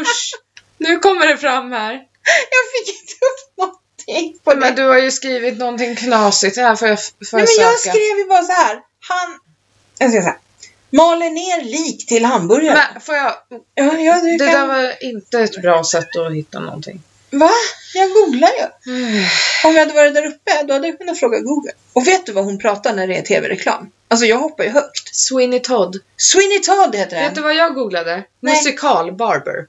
usch. Nu kommer det fram här.
Jag fick inte upp någonting på det.
Men du har ju skrivit någonting knasigt. Det här får jag, får
Nej,
jag
men jag
söka.
skrev ju bara så här. Han... Jag ska säga. Maler ner lik till hamburgare.
Men får jag...
ja, ja, du
Det
kan...
där var inte ett bra sätt att hitta någonting.
Va? Jag googlar ju. Om jag hade varit där uppe, då hade jag kunnat fråga Google. Och vet du vad hon pratar när det är tv-reklam? Alltså jag hoppar ju högt.
Sweeney Todd.
Sweeney Todd heter
Vet du
den.
vad jag googlade?
Nej.
Musikal Barber.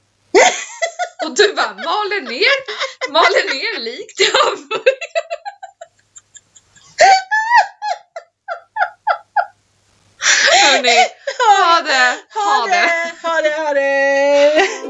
Och du bara maler ner, maler ner likt hamburgare. Hörni, ha det!
Ha det! Ha det! Ha det!